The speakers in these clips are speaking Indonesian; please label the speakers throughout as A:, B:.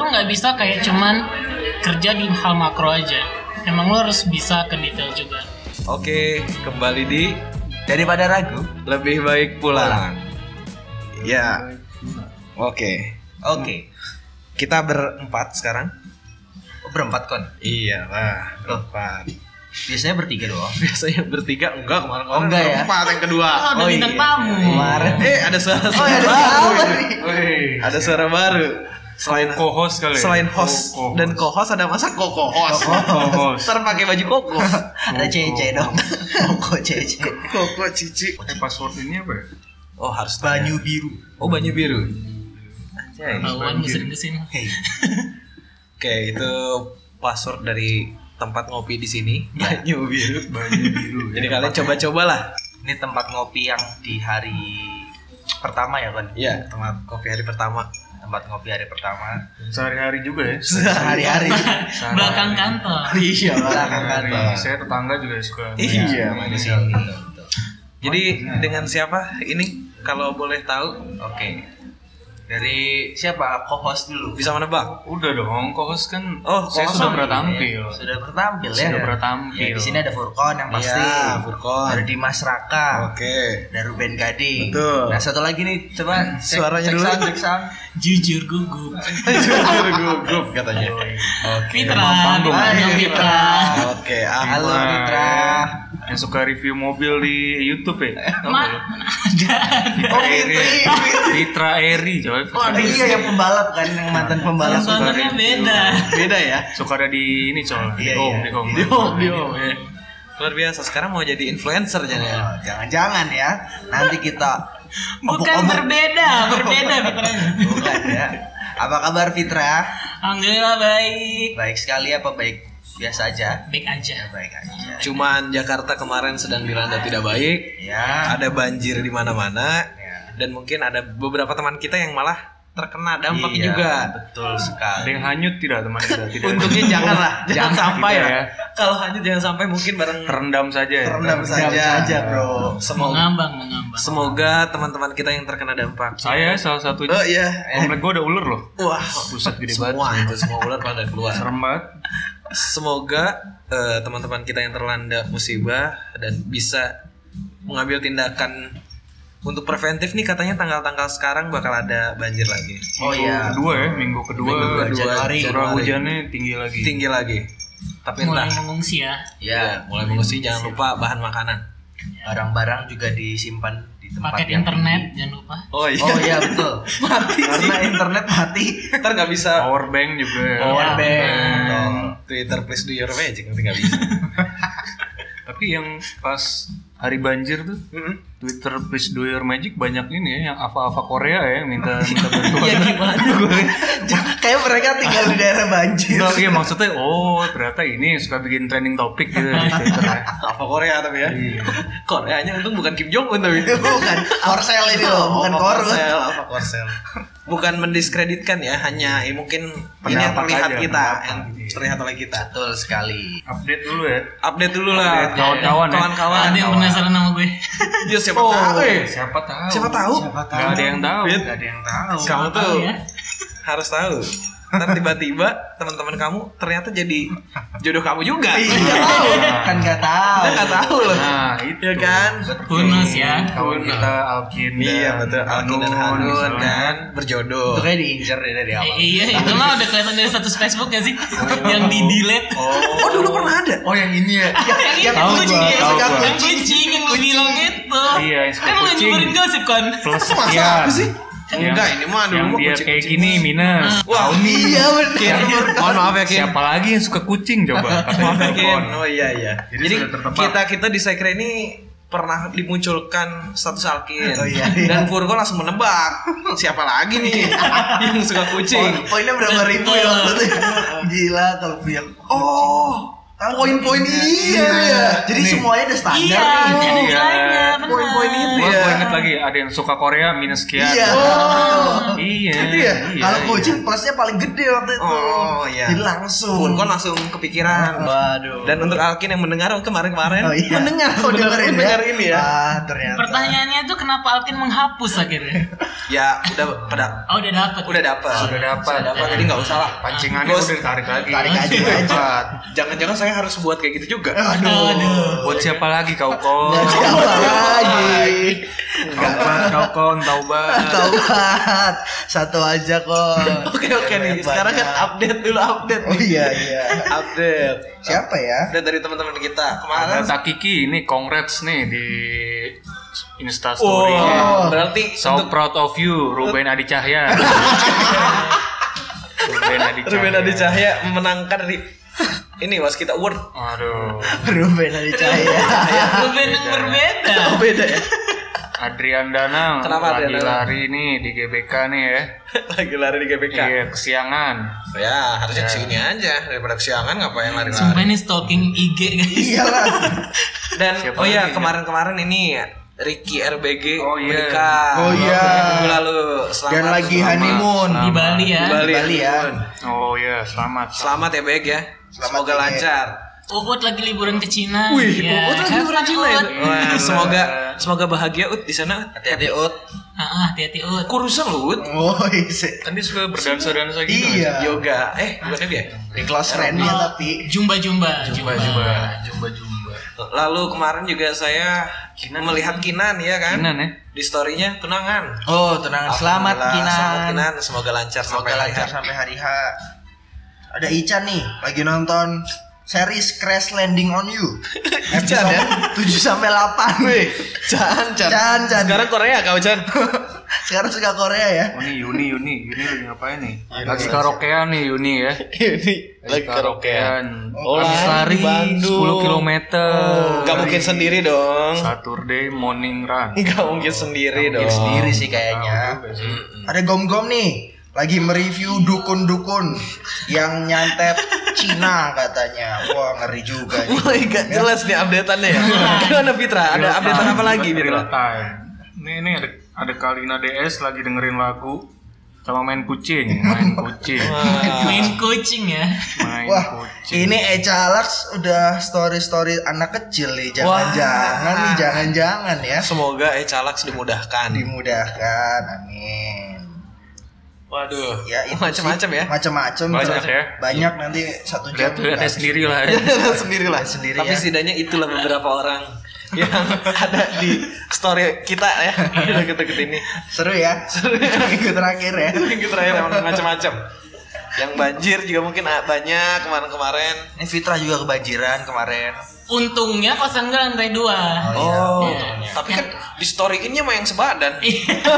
A: lo nggak bisa kayak cuman kerja di hal makro aja emang lo harus bisa ke detail juga
B: Oke, kembali di daripada ragu lebih baik pulang. Ya. Oke. Oke. Kita berempat sekarang.
C: Oh, berempat kon
B: Iya lah, berempat.
C: biasanya bertiga doang
B: Biasanya bertiga enggak kemarin
C: Oh, enggak ya?
B: Empat yang kedua.
A: oh, ada bintang
B: iya.
A: tamu
C: kemarin
B: Eh, ada suara
C: oh
B: suara
C: ya ada
B: baru.
C: apa nih?
D: Wih,
B: Ada suara baru. Selain
D: co-host kali. ya?
B: selain host
D: Co-co-host.
B: dan co-host ada masa koko host.
D: Co-co-host.
B: Ntar pakai baju koko. Hmm.
C: ada
B: Oh.
C: cece dong kok cece
B: Koko cici.
D: eh password ini apa ya?
B: Oh, harus tanya.
C: banyu biru
B: Oh, banyu biru. Anjay.
A: Tahuan mesin mesin
C: Hei.
B: Oke, itu gitu, password dari tempat ngopi di sini. Banyu biru.
D: Banyu biru. ya.
B: Jadi kan- kalian coba-cobalah.
C: ini tempat ngopi yang di hari pertama ya kon
B: Iya, tempat kopi hari pertama.
C: tempat ngopi hari pertama
D: sehari-hari juga ya.
C: sehari-hari
D: Sehari-hari.
A: belakang kantor
B: Iya,
C: belakang
D: Sehari-hari.
C: kantor
D: Saya tetangga juga suka.
B: Iya,
C: di
B: manis.
C: sini
B: Jadi dengan siapa ini kalau boleh tahu
C: oke dari siapa co-host dulu
B: bisa menebak?
D: Udah dong, co-host kan.
B: Oh,
D: saya
B: co-host
D: sudah
B: dong,
D: pernah
B: iya.
D: tampil.
C: sudah bertampil ya
D: Sudah pernah tampil.
C: Ya, di sini ada Furkon yang pasti
B: Iya, Furkon.
C: ada Dimas Raka
B: Oke.
C: ada Ruben Gading
B: Betul.
C: nah satu lagi nih coba cek-
B: Suaranya
C: cek
B: dulu.
C: sound, cek sound.
A: jujur gugup
B: Jujur gugup iya, katanya.
A: Fitra
D: panggung.
A: Fitra, Fitra
B: Oke, ah.
C: halo
D: Dimas.
C: Mitra
D: Yang suka review mobil di YouTube ya.
A: Ma, mana ada
C: oh Fitri
D: Fitra Eri, coba.
C: oh ada iya yang pembalap kan yang mantan pembalap
A: Tontonannya beda
B: Beda ya.
D: Suka ada di ini coba. Di
C: Iya,
D: home,
C: iya.
D: di home.
B: Di home, di
D: Iya.
B: home, ya. Luar biasa sekarang mau jadi influencer
C: Oh,
B: jadi.
C: jangan-jangan ya nanti kita
A: bukan
C: Obok-obok.
A: berbeda berbeda Fitra
C: bukan ya apa kabar Fitra
A: alhamdulillah baik
C: baik sekali apa baik biasa aja
A: baik aja
C: baik aja
B: Cuman Jakarta kemarin sedang dilanda tidak baik.
D: Ah.
C: ya
B: ada banjir di mana-mana
C: Iya.
B: dan mungkin ada beberapa teman kita yang malah terkena dampaknya
C: Iya,
B: juga.
C: betul
D: Ada
C: sekali
D: yang hanyut tidak teman kita? Tidak.
B: Untungnya janganlah, jangan
D: Jangan
B: sampai
D: kita
B: lah.
D: ya.
B: Kalau hanyut jangan sampai mungkin bareng
D: terendam saja. ya.
C: terendam saja Iya, aja bro
B: semoga
A: mengambang mengambang
B: semoga teman-teman kita yang terkena dampak.
D: Saya salah satu
B: Oh iya.
D: komplek gua ada ular loh.
B: Wah,
D: Buset gede banget.
B: semua itu semua ular pada keluar.
D: Serem banget.
B: Semoga eh, teman-teman kita yang terlanda musibah dan bisa mengambil tindakan untuk preventif nih katanya tanggal-tanggal sekarang bakal ada banjir lagi.
C: oh
D: Minggu
C: iya
D: Kedua ya, minggu kedua.
B: Minggu kedua, Januari.
D: Curah
B: Januari.
D: hujannya tinggi lagi.
B: Tinggi lagi. Tapi entah
A: mulai mengungsi ya
C: ya
B: mulai mengungsi jangan lupa bahan makanan.
C: barang-barang juga disimpan di tempat
A: paket
C: yang
A: internet jangan lupa
B: Oh
C: tinggi. oh iya betul mati karena internet mati Iya.
B: Ntar nggak bisa
D: Power bank juga. ya.
C: power bank
D: Betul.
B: Twitter please do your magic nanti nggak bisa.
D: Tapi yang pas hari banjir tuh Twitter please do your magic banyak ini ya yang apa-apa Korea ya yang minta minta bantuan.
B: Iya,
C: ya gimana gue kayak mereka tinggal di daerah banjir
D: Enggak, iya maksudnya oh ternyata ini suka bikin trending topik gitu di Twitter ya.
B: Apa Korea tapi ya?
D: Iya.
B: Koreanya untung bukan Kim Jong Un tapi.
C: bukan korsel ini loh bukan
B: Apa
C: korun
B: Korsel, apa Korsel. Bukan mendiskreditkan ya, hanya eh, mungkin ini yang
D: Pendapat
B: terlihat
D: aja,
B: kita,
D: pendapat.
B: yang terlihat oleh kita.
C: betul sekali
D: Update dulu ya.
B: Update dulu lah
D: Update kawan-kawan ya. Oh,
B: Kawan-kawan.
A: ada yang penasaran sama gue
B: Ya siapa tahu. eh.
D: Siapa tahu?
B: Siapa tahu?
D: Gak ada yang tahu.
B: Fit.
C: Gak ada yang tahu
B: Kamu
A: Tahu
B: tuh
A: ya
B: harus tahu. Ntar tiba-tiba teman-teman kamu ternyata jadi jodoh kamu juga.
C: Iya tahu kan nggak tahu.
B: Kita nggak tahu loh.
D: Nah, itu
B: Iya kan?
A: bonus ya
D: Kawan kita Alkin dan
B: Iya betul. Alkin dan Hanun
D: misalnya.
B: kan berjodoh.
C: Itu kayak diincar deh ya, dari
A: Eh,
C: awal.
A: iya itu mah udah kelihatan dari status Facebook gak sih yang di delete
B: Oh dulu pernah ada.
C: Oh yang ini ya.
A: yang
D: Tahu
A: kucing
B: ya,
D: gua,
A: yang
D: tahu
A: suka
D: gua.
A: kucing yang gue bilang gitu
D: Iya, yang suka
A: kan lu
D: kucing.
A: nyebarin gosip kan
D: Plus
B: Masa
D: sekian.
B: aku sih? Enggak, ini mah dulu
D: Iya. yang
B: mah
D: dia
B: kucing-
D: kayak gini minus.
B: Wah,
C: Iya
B: Kin.
C: benar.
B: Mohon maaf ya, Kin.
D: Siapa lagi yang suka kucing coba? Katanya
B: Maaf ya, Kin.
D: Falcon.
B: Oh iya iya.
D: Jadi
B: Jadi,
D: sudah tertebak.
B: kita kita di Sekre ini pernah dimunculkan status Alkin.
C: Oh, iya, iya.
B: Dan Furko langsung menebak siapa lagi nih yang suka kucing.
C: Poinnya berapa ribu ya waktu itu? Gila kalau yang
B: Oh,
C: poin-poin
B: iya, iya.
C: Jadi
D: Nih.
C: semuanya udah standar.
A: Iya,
C: nih.
A: jadi
D: Iya.
A: makanya, benar.
B: Poin-poin itu
D: Gua,
B: ya.
D: gua inget lagi ada yang suka Korea minus sekian.
C: Iya.
B: Oh.
D: Iya.
C: Itu ya. Kalau
D: iya.
C: Gojek plusnya paling gede waktu itu.
B: Oh, iya.
C: Jadi langsung.
B: Funcon langsung kepikiran.
C: Waduh.
B: Dan untuk Alkin yang mendengar kemarin-kemarin
C: Oh, iya.
B: mendengar,
C: Oh, dengerin ya.
B: mendengar ini ya.
C: Ah, ternyata.
A: Pertanyaannya itu kenapa Alkin menghapus akhirnya?
B: Ya udah pada
A: Oh udah dapet.
B: udah dapat.
D: Sudah dapat.
B: Sudah dapat jadi nggak usah lah.
D: Pancingannya
B: Bos.
D: udah ditarik lagi.
C: Tarik aja aja.
D: Cepat.
B: Jangan-jangan saya harus buat kayak gitu juga.
C: Aduh.
D: Buat siapa lagi kau
B: Oh.
D: kon?
C: Dan siapa lagi?
D: Taubat, kau kon, taubat.
C: Taubat. Satu aja kok.
B: Oke oke nih. Sekarang kan update dulu update.
C: Oh iya iya.
B: Update.
C: Siapa ya?
B: Dan dari teman-teman kita kemarin.
D: Ada Takiki ini congrats nih di Insta
B: Wow.
D: story.
B: Berarti
D: So
B: untuk
D: proud of you, Ruben Adi Cahya. Ruben Adi Cahya.
B: Ruben Adi Cahya memenangkan di ini waskita award.
D: Aduh,
C: Ruben Ali Cahaya.
A: Ruben
D: Iya.
A: yang berbeda.
C: Oh, beda ya?
D: Adrian Danang
B: Kenapa
D: lagi
B: Adrian Danang?
D: lari nih di GBK nih ya.
B: Lagi lari di GBK.
D: Iya, kesiangan.
B: Ya harusnya kesini aja daripada kesiangan ngapain
A: Sumpah
B: lari-lari.
A: ini stalking IG guys.
C: Iyalah.
B: Dan
D: Siapa
B: oh ya
D: lagi?
B: kemarin-kemarin ini Ricky RBG
D: Oh, iya.
B: menikah.
C: Oh, iya.
B: Minggu lalu selamat.
C: Dan lagi
B: selamat.
C: honeymoon.
D: Iya.
A: Di Bali ya.
B: Di Bali,
C: Di Bali ya.
B: honeymoon.
D: Oh iya, selamat.
B: Selamat ya Beg ya. Semoga
C: Beg.
B: lancar.
A: Uut lagi liburan ke Cina. Ya,
B: Uut lagi
A: have
B: liburan
A: fun,
B: Cina ya?
A: Uut.
B: Wah, semoga semoga bahagia Ut di sana.
C: Hati-hati Ut.
A: Ah, ah, hati-hati Uut.
B: Kurusan lu Ut.
C: Oh iya.
D: Kan dia suka berdansa-dansa gitu.
C: Iya.
B: Yoga. Eh, bukan yoga ya?
C: Di kelas trennya
A: Oh,
C: tapi.
A: Jumba-jumba. Jumba-jumba.
B: Kan?
D: Jumba-jumba.
B: Lalu kemarin juga saya melihat Kinan ya kan?
D: Kinan ya?
B: Di story-nya tunangan.
C: Oh tenang. Selamat
B: Alhamdulillah, Selamat
C: Kinan.
B: Kinan, semoga lancar
C: Semoga
B: sampai
C: lancar
B: hari.
C: sampai hari H. Ada Ica nih lagi nonton series Crash Landing on You. Episode 7 sampai 8. Wih,
B: ya? Chan, Chan.
C: Chan, Chan.
B: Sekarang Korea kau Chan.
C: Sekarang suka Korea ya.
D: Oh nih Yuni, Yuni, Yuni lagi ngapain nih?
C: Aduh.
D: Lagi karaokean nih Yuni ya.
B: Ini lagi karaokean. Oh,
D: Habis
B: lari
D: lari
B: di Bandung.
D: 10 km.
B: Gak Oh, mungkin sendiri dong.
D: Saturday morning run.
B: Gak mungkin sendiri dong.
C: Bikin sendiri sih kayaknya. Ada Gom Gom nih lagi mereview dukun-dukun yang nyantep Cina katanya. Wah, ngeri juga nih.
B: Mulai gak jelas nih updateannya ya. Gimana Fitra? Ada
D: Real
B: updatean
D: time,
B: apa lagi Fitra?
D: Real time. Nih nih ada ada Kalina DS lagi dengerin lagu sama main kucing, main kucing,
A: Main kucing ya.
D: main
C: Wah,
D: kucing.
C: ini Eca Alex udah story-story anak kecil nih. Jangan-jangan nih, jangan-jangan ya.
B: Semoga Ecalax dimudahkan.
C: Dimudahkan, amin.
B: Waduh,
C: Ya, itu
B: macam-macam
C: sih.
B: ya.
C: Macam-macam.
D: Banyak
C: terus
D: ya.
C: Banyak nanti satu jam.
D: Lihat lihatnya sendiri lah. ya.
B: sendiri lah sendiri. Tapi
C: ya.
B: setidaknya itulah beberapa orang yang ada di story kita ya deket-deket ini.
C: Seru ya. Minggu terakhir ya.
B: Minggu terakhir emang macam-macam. Yang banjir juga mungkin ah, banyak kemarin-kemarin.
C: Ini Fitra juga kebanjiran kemarin.
A: Untungnya kosan gue lantai dua.
B: Oh,
A: Iya.
B: tapi kan di story ini mah yang sebadan.
A: Iya.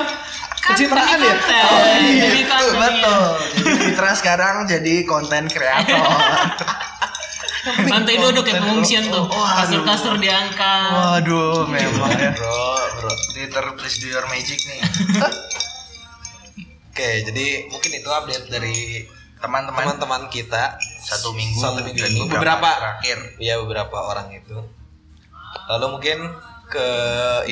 B: Pencitraan ya?
A: Oh, iya.
C: Betul, betul. Jadi Fitra sekarang jadi konten kreator.
A: Lantai dua udah kayak ya, pengungsian tuh.
C: Oh, aduh.
A: Kasur-kasur diangkat.
B: Oh,
C: Waduh, memang
B: iya,
C: ya bro, bro. Twitter please do your magic nih.
B: Oke, jadi mungkin itu update dari
C: Teman-teman
B: teman-teman kita
C: satu minggu,
B: Kan? satu minggu
C: dan
B: ini
C: beberapa
B: beberapa
C: terakhir.
B: ya beberapa orang itu lalu mungkin ke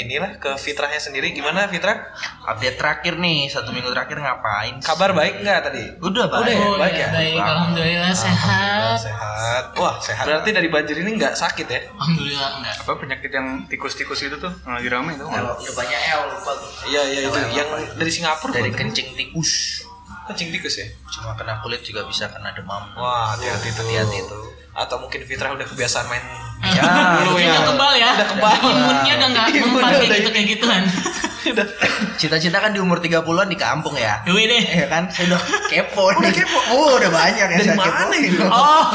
B: inilah ke fitrahnya sendiri gimana fitrah
C: Update terakhir nih, satu minggu terakhir ngapain? sih?
B: kabar baik nggak tadi
C: Udah, Pak.
B: Udah ya?
A: Oh,
B: Baik
A: iya,
B: ya?
A: baik. Alhamdulillah sehat.
B: sehat wah sehat berarti dari banjir ini nggak sakit ya
A: Alhamdulillah enggak.
D: Apa penyakit yang tikus-tikus itu tuh yang lagi rame itu?
C: Kalau udah banyak L lupa gua.
B: iya iya itu yang dari Singapura
C: Dari
B: bukan?
C: kencing tikus.
B: kencing tikus ya
C: Cuma kena kulit juga bisa kena demam.
B: wah hati-hati tuh
C: Hati-hati tuh.
B: atau mungkin fitrah udah kebiasaan main
C: Ya,
A: Udah
B: ya.
A: kebal ya.
B: Udah kebal.
A: Imunnya udah enggak
B: Imunnya
A: mempan kayak
B: udah-
A: gitu kayak gituan.
C: Cita-cita kan di umur 30-an di kampung ya.
A: Dewi deh.
C: Ya kan? Saya udah kepo nih. Udah kepo. Oh, udah banyak ya
B: Dari
C: saya
B: mana
C: kepoin.
B: itu?
A: Oh.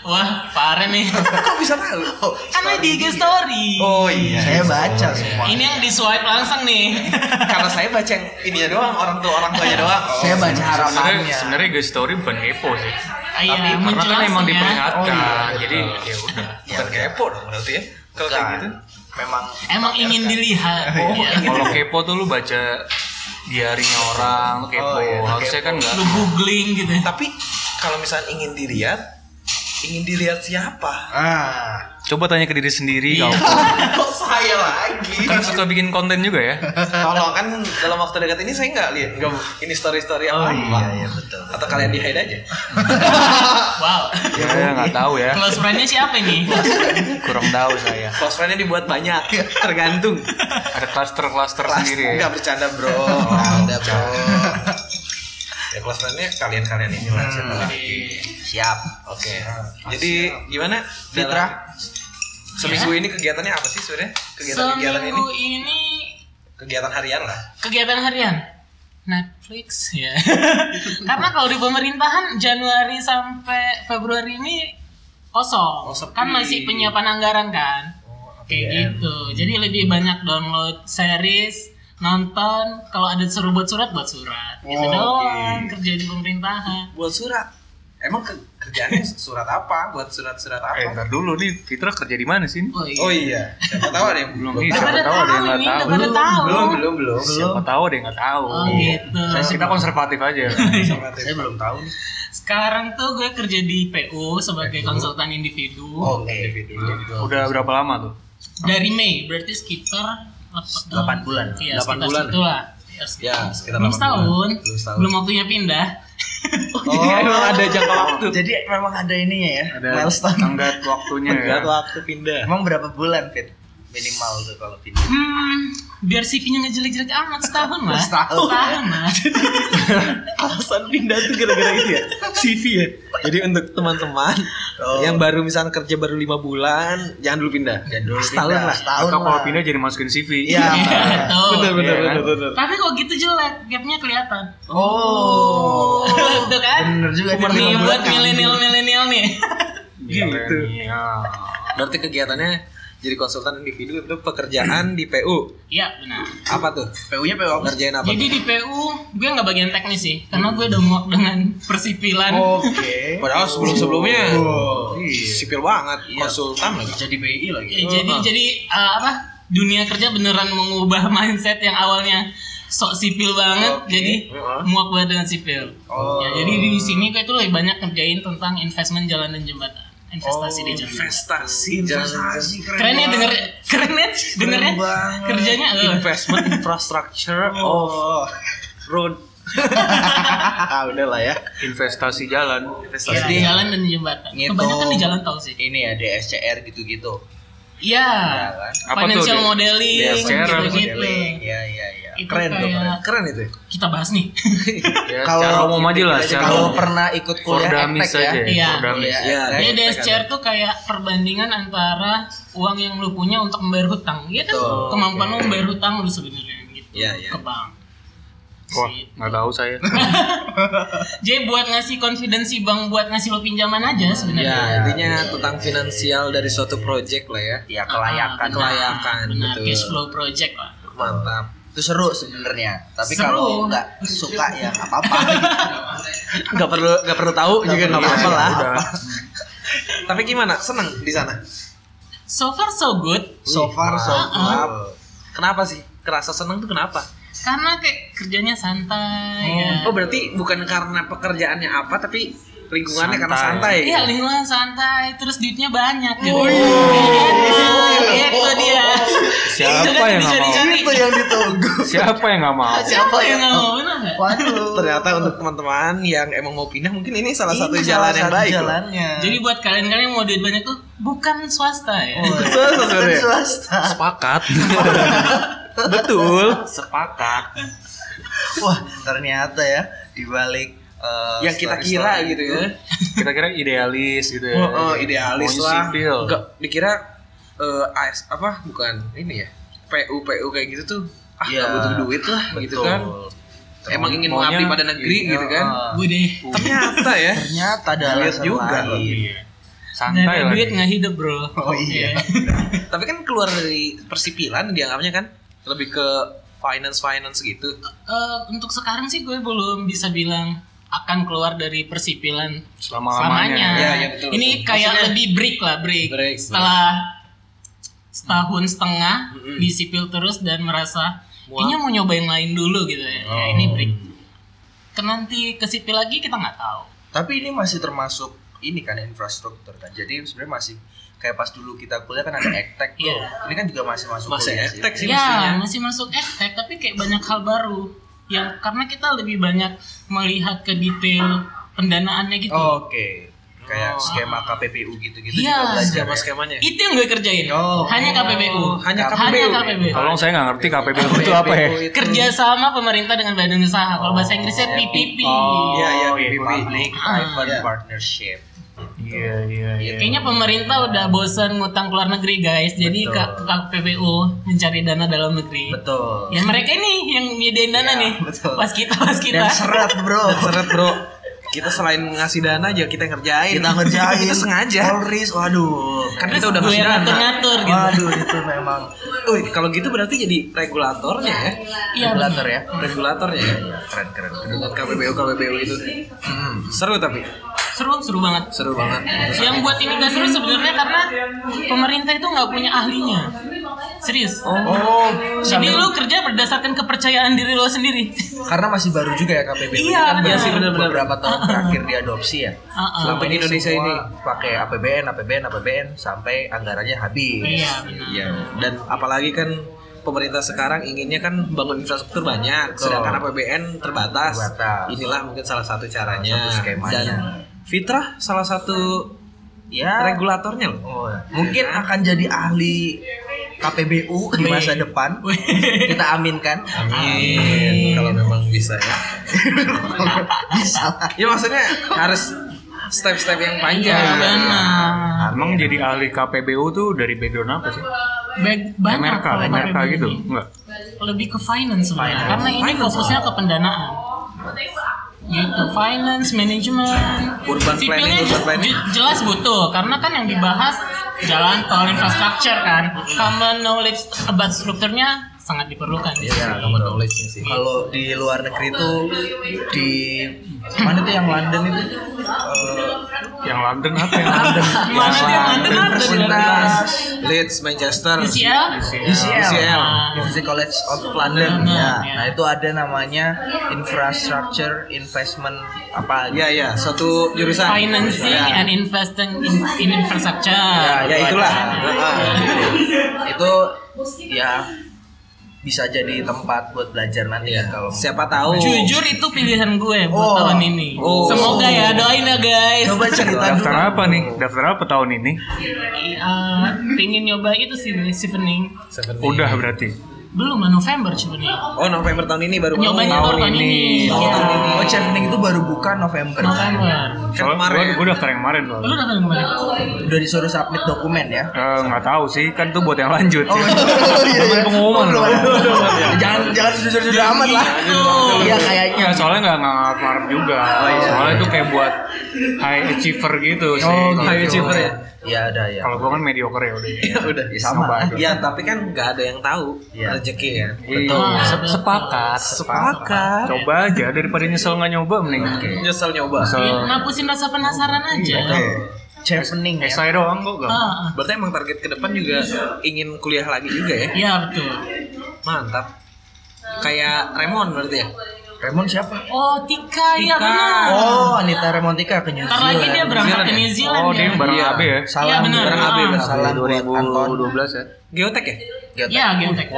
A: Wah, parah nih.
B: kok bisa tahu
C: Oh,
A: Karena Kan di IG story.
B: oh iya
C: Saya baca semua.
A: Ini yang di swipe langsung nih.
B: karena saya baca yang ininya doang orang tua orang tuanya doang
C: Saya baca
D: Sebenarnya
C: harapannya.
D: sebenarnya guys story bukan kepo sih.
A: Ah, Iya,
D: Tapi karena
A: muncul
D: kan emang
A: langsung ya.
D: diperingatkan,
C: Oh, iya,
D: jadi ya udah.
B: bukan kepo dong berarti ya kalau kayak
C: Bukan.
B: gitu
C: Memang
A: Emang ingin dilihat.
C: Oh,
A: Iya.
D: Kalau kepo tuh lu baca diarinya orang kepo.
C: Oh, iya,
D: Harusnya kan enggak.
A: Lu googling gitu.
B: tapi kalau misalnya ingin dilihat ingin dilihat siapa?
E: Ah,
D: Coba tanya ke diri sendiri kau.
B: Kok saya lagi?
D: Iya. Kan suka bikin konten juga ya.
B: Tolong kan dalam waktu dekat ini saya nggak lihat nggak ini story story apa? iya, betul. Atau kalian di hide aja?
A: Wow.
D: Ya nggak tahu ya.
A: Close friend-nya siapa ini?
D: Kurang tahu saya.
B: Close friend-nya dibuat banyak, tergantung.
D: Ada cluster-cluster sendiri ya.
B: Enggak bercanda bro, Oh, ada bro. ya close friend-nya kalian-kalian ini lah. siapa lagi?
E: siap.
B: Oke. Jadi gimana?
E: Fitra?
B: Dalam- Seminggu ini kegiatannya apa sih sebenarnya? Kegiatan-kegiatan ini?
A: Seminggu ini
B: Kegiatan harian lah.
A: kegiatan harian Netflix ya. Karena kalau di pemerintahan Januari sampai Februari ini
D: Oh,
A: kosong. kan masih penyiapan anggaran kan. Kayak
D: iya.
A: gitu. Jadi lebih banyak download series, nonton, kalau ada suruh buat surat buat surat. Gitu
E: Oh,
A: doang kerja di pemerintahan.
B: Buat surat. Emang ke- kerjaannya surat apa? Buat surat-surat
D: Eh,
B: apa?
D: ntar dulu nih, Fitra kerja di mana sih?
A: Oh, iya.
B: Oh iya, siapa tahu ada yang belum.
D: Belum nih,
A: Udah
D: siapa
A: pada
D: tahu ada
A: tahu
D: yang nggak
A: ini,
D: tahu.
A: udah pada tahu.
B: Belum, belum, belum.
D: Siapa tahu ada yang nggak tahu.
A: Oh, gitu.
D: Saya kita konservatif aja.
C: Iya.
B: Saya belum tahu.
A: Sekarang tuh gue kerja di PU sebagai konsultan individu.
D: Oh,
E: Oke.
D: Udah berapa lama tuh?
A: Dari Mei, berarti sekitar 8,
E: Delapan bulan.
A: Iya,
B: Delapan
A: sekitar Iya,
B: bulan.
A: Itulah.
B: Ya, sekitar
A: belum
B: 8
A: setahun,
B: bulan. Belum setahun.
A: belum waktunya pindah.
B: Oh, emang ada jangka waktu.
E: Jadi memang ada ininya ya,
D: Ada
E: milestone.
D: tenggat waktunya ya.
B: Jangka waktu pindah.
E: Emang berapa bulan Fit? Minimal tuh kalau pindah.
A: Hmm, biar CV-nya nggak jelek-jelek amat setahun lah.
E: Setahun.
A: setahun lah.
B: alasan pindah tuh gara-gara itu ya CV ya jadi untuk teman-teman yang baru misalnya kerja baru lima bulan jangan dulu pindah jangan dulu setahun
E: Pindah,
B: lah Oh,
E: Setahun
D: Atau kalau
E: lah.
D: pindah jadi masukin CV.
E: Iya.
A: Betul.
B: bener bener
D: Iya kan?
B: bener bener
A: Tapi kok gitu jelek, gapnya kelihatan.
E: Oh.
A: Tuh kan?
E: Bener juga
A: Nih
E: lima
A: buat
E: bulan kan.
A: milenial-milenial nih.
D: Gitu.
B: berarti kegiatannya jadi konsultan individu itu pekerjaan di PU
A: Ya benar.
B: apa tuh
E: PU-nya PU apa?
B: ngerjain apa
A: Jadi
B: tuh?
A: di PU gue nggak bagian teknis sih, karena gue udah muak dengan persipilan.
E: Oke.
B: padahal sebelum sebelumnya Iya.
E: Oh. Iya.
B: sipil banget konsultan lagi Iya.
E: Jadi BI lagi.
A: Ya, jadi jadi eh, apa dunia kerja beneran mengubah mindset yang awalnya sok sipil banget jadi muak banget dengan sipil. Ya, jadi di sini gue itu lebih banyak ngerjain tentang investment jalan dan jembatan, investasi di jalan.
B: investasi investasi
A: Keren ya denger keren ya dengernya
E: banget.
A: kerjanya eh,
B: investment infrastructure of
E: Oh.
B: road
E: Ah, udah lah ya.
D: Investasi jalan.
A: ya,
E: Jadi
A: jalan dan jembatan.
E: ngitung-
A: Kebanyakan di jalan tol sih.
E: Ini ya DSCR gitu-gitu.
A: Iya.
E: kan?
D: Apa tuh,
A: Financial
D: Dek?
C: Iya,
A: modeling
D: DSCR,
A: gitu-gitu.
E: Modeling. Iya, iya, iya.
A: Itu
E: Keren tuh. keren.
A: kayak
B: keren itu ya?
A: kita bahas nih.
D: Ya,
E: Kalau-
D: secara umum aja lah. Secara
E: Kalau
D: umum.
E: pernah ikut
D: For
E: kuliah
D: dummies
E: ektek ya. kan.
D: aja. ya,
A: Iya.
D: for dummies.
E: Kuliah
B: Iya,
E: ektek.
A: Jadi DSCR tuh kayak perbandingan antara uang yang lu punya untuk membayar hutang. Gitu. Kemampuan lu membayar hutang lu sebenarnya gitu
B: Iya, iya.
A: ke bank.
D: Wah, nggak tahu saya.
A: Jadi buat ngasih confidence si bank buat ngasih lu pinjaman aja
B: Ya,
E: Iya,
A: sebenarnya.
B: intinya tentang finansial dari suatu project lah ya.
E: Ya
A: Ah,
E: iya, kelayakan.
A: benar.
B: kelayakan,
A: Benar,
B: betul.
A: cash flow project lah.
B: Mantap.
E: Itu seru sebenarnya. Tapi kalau
A: Seru.
E: nggak suka ya nggak apa-apa.
B: Nggak perlu nggak perlu tahu juga nggak apa-apa
E: iya,
D: Ya,
B: lah.
D: udah.
B: Tapi gimana? Seneng di sana?
A: So far so good. Ah,
E: So far so good.
B: Kenapa sih? Kerasa seneng tuh kenapa?
A: Karena kayak kerjanya santai. ya.
B: Oh berarti bukan karena pekerjaannya apa tapi lingkungannya karena santai.
D: Santai.
A: Iya lingkungan santai, terus duitnya banyak gitu.
D: Oh.
A: Iya, Itu dia.
D: Siapa
A: Itu kan
D: yang
B: ah.
D: nggak mau?
A: dicari-cari.
B: Gitu
E: Itu yang ditunggu.
D: Siapa yang nggak mau?
A: Siapa
B: ya?
A: yang nggak
B: Oh.
A: mau? Benar nggak?
E: Waduh.
B: Ternyata untuk teman-teman yang emang mau pindah mungkin ini salah satu
E: Ini
B: jalan yang
E: satu
B: baik. loh.
E: Jalannya.
A: Jadi buat kalian-kalian yang mau duit banyak tuh bukan swasta ya.
B: Susah sebenarnya.
E: swasta.
D: Sepakat.
B: Betul.
D: Sepakat.
E: Wah, ternyata ya di balik eh,
B: Yang kita
E: story-story
B: kira gitu ya.
D: Kita kira idealis gitu ya.
B: Oh, oh, idealis
D: Maunya
B: lah.
D: sipil.
B: Nggak, dikira eh, AS apa? Bukan ini ya. PU PU kayak gitu tuh. Ah, nggak
E: Iya.
B: butuh duit lah gitu
E: Betul.
B: kan. Emang ingin
D: Maunya-
B: mengabdi pada negeri
D: iya,
B: gitu kan.
E: eh,
A: Gue deh.
B: Ternyata ya.
E: ternyata ada
B: Lihat
E: alasan
B: juga Oh,
E: lain.
B: loh.
D: Iya.
A: Nggak
D: Santai
A: ada
D: lagi.
A: duit nggak hidup bro.
E: Oh, iya.
B: Tapi kan keluar dari persipilan dianggapnya kan lebih ke finance finance gitu.
A: Eh, untuk sekarang sih gue belum bisa bilang akan keluar dari persipilan
D: Selama
A: selamanya.
D: lamanya.
B: Iya, iya, betul,
A: Ini
B: betul.
A: kayak
B: Maksudnya-
A: lebih break lah break.
B: Break,
A: Setelah setahun setengah
B: Mm-mm.
A: di sipil terus dan merasa
B: Muak. Oh.
A: kayaknya mau nyoba yang lain dulu gitu ya. Ya, ini break. Ke nanti ke sipil lagi kita nggak tahu.
E: Tapi ini masih termasuk
C: ini kan infrastruktur kan. Jadi sebenarnya masih kayak pas dulu kita kuliah kan ada ektek tuh.
A: Iya.
C: Ini kan juga masih masuk
B: Masih
C: kuliah
B: ektek sih
A: Ya, masih masuk ektek tapi kayak banyak hal baru yang karena kita lebih banyak melihat ke detail pendanaannya gitu.
C: Oh, Oke.
B: Oh.
C: Kayak skema KPPU gitu-gitu
A: Iya.
C: juga belajar.
B: Siapa
C: ya.
B: skemanya?
A: Itu yang gue kerjain.
C: Oh.
A: hanya KPBU.
B: iya. hanya
A: Hanya
B: KPBU.
A: KPBU.
D: Tolong saya nggak ngerti KPBU itu apa ya.
C: KPPU itu-
A: Kerja sama pemerintah dengan badan usaha. Kalau bahasa Inggrisnya PPP.
B: Iya, iya,
C: Oh, iya,
B: PPP.
C: Public Private
E: Iya.
C: Partnership.
D: Iya iya iya.
A: Kayaknya pemerintah udah bosan ngutang ke luar negeri guys, jadi ke
C: Betul.
A: KPBU mencari dana dalam negeri.
C: Betul.
A: Ya mereka ini yang nyediain dana nih.
C: betul.
A: Pas kita, pas kita.
E: Dan seret bro.
B: Iya. Dan seret bro. Kita selain ngasih dana aja kita yang ngerjain.
E: Kita ngerjain.
B: Kita sengaja.
E: Polris, waduh.
B: Kan
A: Terus
B: kita udah
A: gue
B: ngasih
A: yang
B: dana.
A: ngatur-ngatur
C: Oh,
A: gitu.
E: Waduh itu memang.
B: Wih, kalau gitu berarti jadi regulatornya ya.
A: Iya.
C: Regulator ya.
B: Regulatornya ya.
C: Keren keren. keren.
B: Dengan KPBU KPBU itu. Hmm, Seru tapi.
A: Seru, seru banget.
B: Seru banget.
A: Yang buat ini gak seru sebenarnya karena pemerintah itu nggak punya ahlinya. Serius.
C: Oh,
A: Jadi lu kerja berdasarkan kepercayaan diri lo sendiri.
C: karena masih baru juga ya KPBU. ini
A: Iya,
C: kan
A: benar.
C: baru
A: Iya sih,
B: benar-benar.
C: Beberapa tahun terakhir diadopsi ya.
A: Uh-uh.
C: Selama
B: Sampai
C: ini
B: Indonesia
C: Indonesia ini pakai APBN, APBN, APBN sampai anggarannya habis.
A: Iya, benar.
C: Iya.
B: dan apalagi kan pemerintah sekarang inginnya kan bangun infrastruktur banyak
C: Betul.
B: sedangkan APBN terbatas.
C: Terbatas.
B: inilah mungkin salah satu caranya
C: Salah satu skemanya.
B: dan Fitrah salah satu
C: Ya.
B: regulatornya loh
C: Oh, mungkin akan jadi ahli KPBU di
A: Wih.
C: masa depan. Kita kan? aminkan.
B: Amin. kalau memang bisa ya
C: Bisa.
B: ya maksudnya harus step-step yang panjang
A: Iya, benar.
D: Emang jadi ahli KPBU tuh dari background apa sih?
A: Ba- banyak
D: MRK,
A: kalau
D: MRK
A: KPBU
D: gitu.
A: ini.
D: Enggak.
A: lebih ke finance sebenarnya karena ini fokusnya ke pendanaan gitu finance manajemen
B: Urban planning,
A: sipilnya
B: urban
A: je-
B: planning.
A: je- jelas butuh karena kan yang dibahas jalan tol infrastruktur kan common knowledge about strukturnya sangat diperlukan di sini.
C: Ya, common knowledge-nya sih. Kalau di luar negeri tuh di mana tuh yang London itu eh,
D: Yang London apa yang London? Iya.
A: mana dia mana
B: London
A: mana
B: Universitas Leeds Manchester
A: UCL
C: UCL,
B: UCL.
C: University College of
A: Iya. Ah.
C: London.
A: London,
C: ya.
A: ya.
C: Nah itu ada namanya infrastructure investment apa?
B: ya ya satu jurusan
A: financing
B: ya.
A: and investing in, in infrastructure
C: Ya, Ah.
B: ya itulah
C: Itu ya bisa jadi tempat buat belajar nanti
A: Iya.
C: ya kalau
B: siapa tahu
A: jujur itu pilihan gue buat
C: Oh.
A: tahun ini
B: Ah. Oh.
A: semoga ya doain ya guys
C: coba cerita
D: Daftar
C: dulu.
D: apa nih? Daftar apa tahun ini?
A: Eh, pengen nyoba itu sih chevening
B: Seperti-
D: Udah berarti.
A: belum lah November chevening
B: Oh November tahun ini baru mau.
A: nyobanya
D: tahun
A: baru tahun
D: ini.
A: ini,
C: Oh,
A: Iya.
C: oh Chevening itu baru buka November.
A: November
D: Soalnya
B: kemarin.
D: gua, gua daftar yang Kan kemarin ya. soalnya.
A: lu udah paling kemarin
C: Udah disuruh submit dokumen ya.
D: Eh, nggak tahu sih, kan tuh buat yang lanjut. ya.
C: iya, iya.
D: Pengumuman
C: Oh,
D: loh.
C: belum ada. jangan jangan jujur-jujur amat lah. Iya kayaknya.
D: Ya, soalnya nggak nggak marah juga. Soalnya itu kayak buat high achiever gitu sih. Kalau
B: high
D: gua-
B: achiever ya?
C: Iya ada ya.
D: Kalau gua kan mediocre ya udah.
B: Ya udah.
C: Ya,
D: Sama
C: sama.
D: aja.
B: Ya tapi kan nggak ada yang tahu
C: Iya.
B: rezeki ya.
D: Betul.
A: Se-
D: Sepakat.
B: Sepakat.
D: Coba aja daripada nyesel nggak nyoba mending.
B: Nyesel nyoba.
D: Nyesel.
A: Ini ngapusin rasa penasaran aja
C: Iya, Chevening ya.
D: Saya doang kok gak.
A: Ah, ah.
B: Berarti emang target ke depan juga ingin kuliah lagi juga ya.
A: iya betul
B: Mantap. Kayak Raymond berarti ya.
C: Raymond siapa?
A: oh Tika, ya
B: Tika.
A: benar
C: Oh, Anita Remontika ke New
A: ntar lagi dia
C: Zealand. ya?
A: berangkat ke
B: New
A: New Zealand
D: Oh, dia yang bareng
B: Iya.
D: AB ya.
A: Iya,
C: Salam Iya.
A: benar.
C: bareng
A: Ah.
C: AB berarti. Salam buat Anton.
D: 2012 ya.
B: Geotek ya?
A: ya Geotek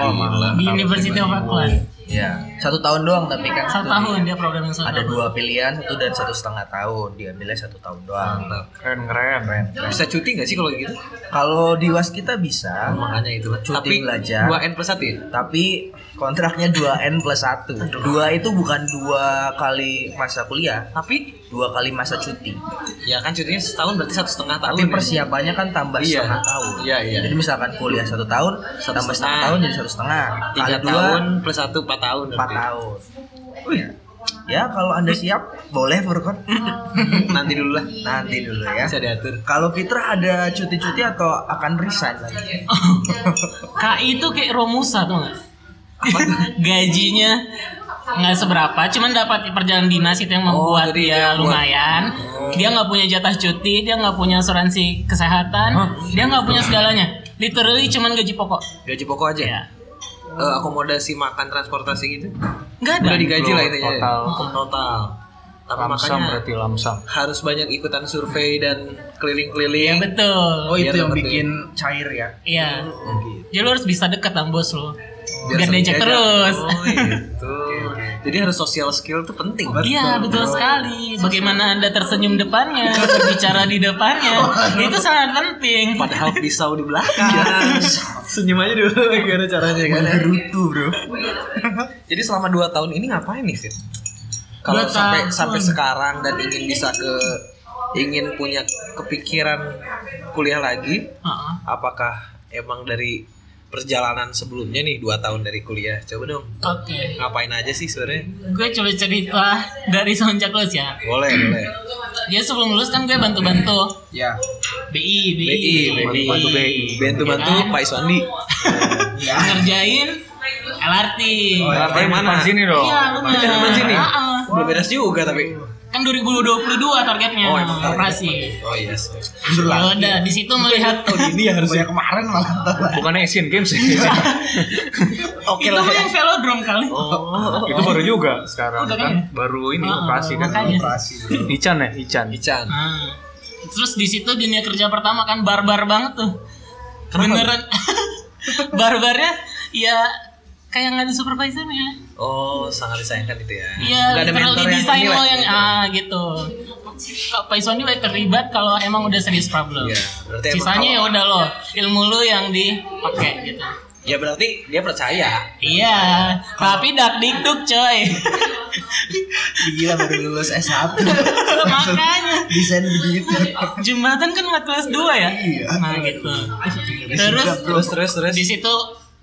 A: di University of Auckland
C: Iya. Satu tahun doang tapi kan
A: satu
C: studi.
A: tahun dia program yang satu
C: Ada
A: tahun.
C: dua pilihan, satu dan satu setengah tahun. Diambilnya satu tahun doang.
D: Keren keren.
B: Bisa cuti nggak sih kalau gitu?
C: Kalau di was kita bisa,
B: Makanya itu.
C: Cuti
B: Tapi
C: belajar.
B: 2N plus 1 ya?
C: tapi kontraknya 2N plus 1. 2 itu bukan dua kali masa kuliah,
B: Tapi
C: dua kali masa cuti.
B: ya kan cutinya setahun berarti satu setengah tahun.
C: Tapi
B: ya.
C: persiapannya kan tambah
B: Iya.
C: setengah tahun.
B: Iya, iya.
C: Jadi misalkan kuliah satu tahun, tambah setengah
B: setengah.
C: tahun jadi satu setengah. Kali
B: tiga
C: dua,
B: tahun plus satu empat tahun.
C: empat
B: berarti.
C: tahun. Wih. Ya kalau anda siap, boleh Furkon.
B: Nanti dulu lah.
C: Nanti dulu ya.
B: Bisa diatur.
C: Kalau Fitra ada cuti-cuti atau akan resign lagi?
A: KI itu kayak Romusa tuh nggak? Gajinya nggak seberapa, cuman dapat perjalanan dinas itu yang membuat
B: jadi itu
A: dia
B: yang buat.
A: lumayan. Dia nggak punya jatah cuti, dia nggak punya asuransi kesehatan, dia nggak punya segalanya. Literally cuman gaji pokok.
B: Gaji pokok aja.
A: Ya,
B: Eh, akomodasi makan transportasi gitu.
A: nggak ada.
B: Udah digaji lah intinya. ya?
D: Total.
B: Total. Tapi
D: lamsam
B: makanya
D: berarti lamsam
B: harus banyak ikutan survei dan
A: Iya
B: keliling-keliling.
A: betul.
E: Oh itu
B: Biar
E: yang
B: dapet
E: bikin cair ya.
A: Iya. Jadi lu harus bisa dekat sama bos lu.
B: Biar
A: Biar,
B: sering
A: diajak
B: diajak.
A: terus.
B: Oh gitu. Jadi harus social skill tuh penting.
A: Iya betul sekali. Bagaimana anda tersenyum depannya, berbicara di depannya, itu sangat penting.
B: Padahal pisau di belakang. Senyum aja dulu gimana caranya kan.
E: Naruto bro.
B: Jadi selama 2 tahun ini ngapain nih Fit? Kalau
A: Dua
B: sampai
A: tahun.
B: sampai sekarang dan ingin bisa ke ingin punya kepikiran kuliah lagi,
A: Heeh.
B: apakah emang dari perjalanan sebelumnya nih 2 tahun dari kuliah? Coba dong.
A: Oke.
B: Ngapain aja sih sebenarnya?
A: Gue coba cerita dari semenjak lulus ya.
B: Boleh, boleh.
A: Dia sebelum lulus kan gue bantu-bantu
E: Ya.
A: BI, BI,
B: BI, bantu BI, bantu bantu
A: Iya kan?
B: Pak Iswandi.
E: Ya.
A: ngerjain LRT.
B: LRT mana?
D: Depan sini
B: Oh,
D: dong
A: Iya
B: Ada
A: benar.
B: teman sini.
A: Heeh.
B: Belum beres juga tapi.
A: Kan 2022 targetnya
B: Oh, emang target.
A: operasi.
B: Oh iya. sih.
A: Ya udah di situ melihat
B: ya,
E: Ini yang harusnya kemarin malah.
D: bukannya Asian Games ya?
B: Oke
A: itu
B: lah. ya.
A: yang velodrome kali.
B: Oh, iya,
D: itu baru juga sekarang
A: Udah
D: kan
A: kan ya?
D: baru ini
A: Ah,
D: operasi kan
A: makanya.
E: Operasi bro.
D: Ican ya Ican
B: Ican.
A: Ah. Terus di situ dunia kerja pertama kan barbar banget tuh. Beneran barbarnya ya kayak nggak ada supervisornya.
B: Oh, sangat disayangkan itu ya.
A: Iya,
B: Nggak
A: literally
B: yang
A: desain
B: ini
A: lo
B: lah,
A: yang
B: gitu.
A: ah gitu. Kak Pak Iswandi baik terlibat kalau emang udah serius problem.
B: Iya, berarti emang
A: Sisanya ya
B: kalau-
A: udah lo, ilmu lo yang dipakai gitu.
B: Ya berarti dia percaya.
A: Iya, tapi dak dikduk coy.
E: Gila baru lulus S1.
A: Makanya
E: Desain begitu.
A: jembatan kan nggak kelas 2 ya.
E: Iya.
A: Nah gitu.
B: Iya,
A: Terus
B: Terus terus terus.
A: di situ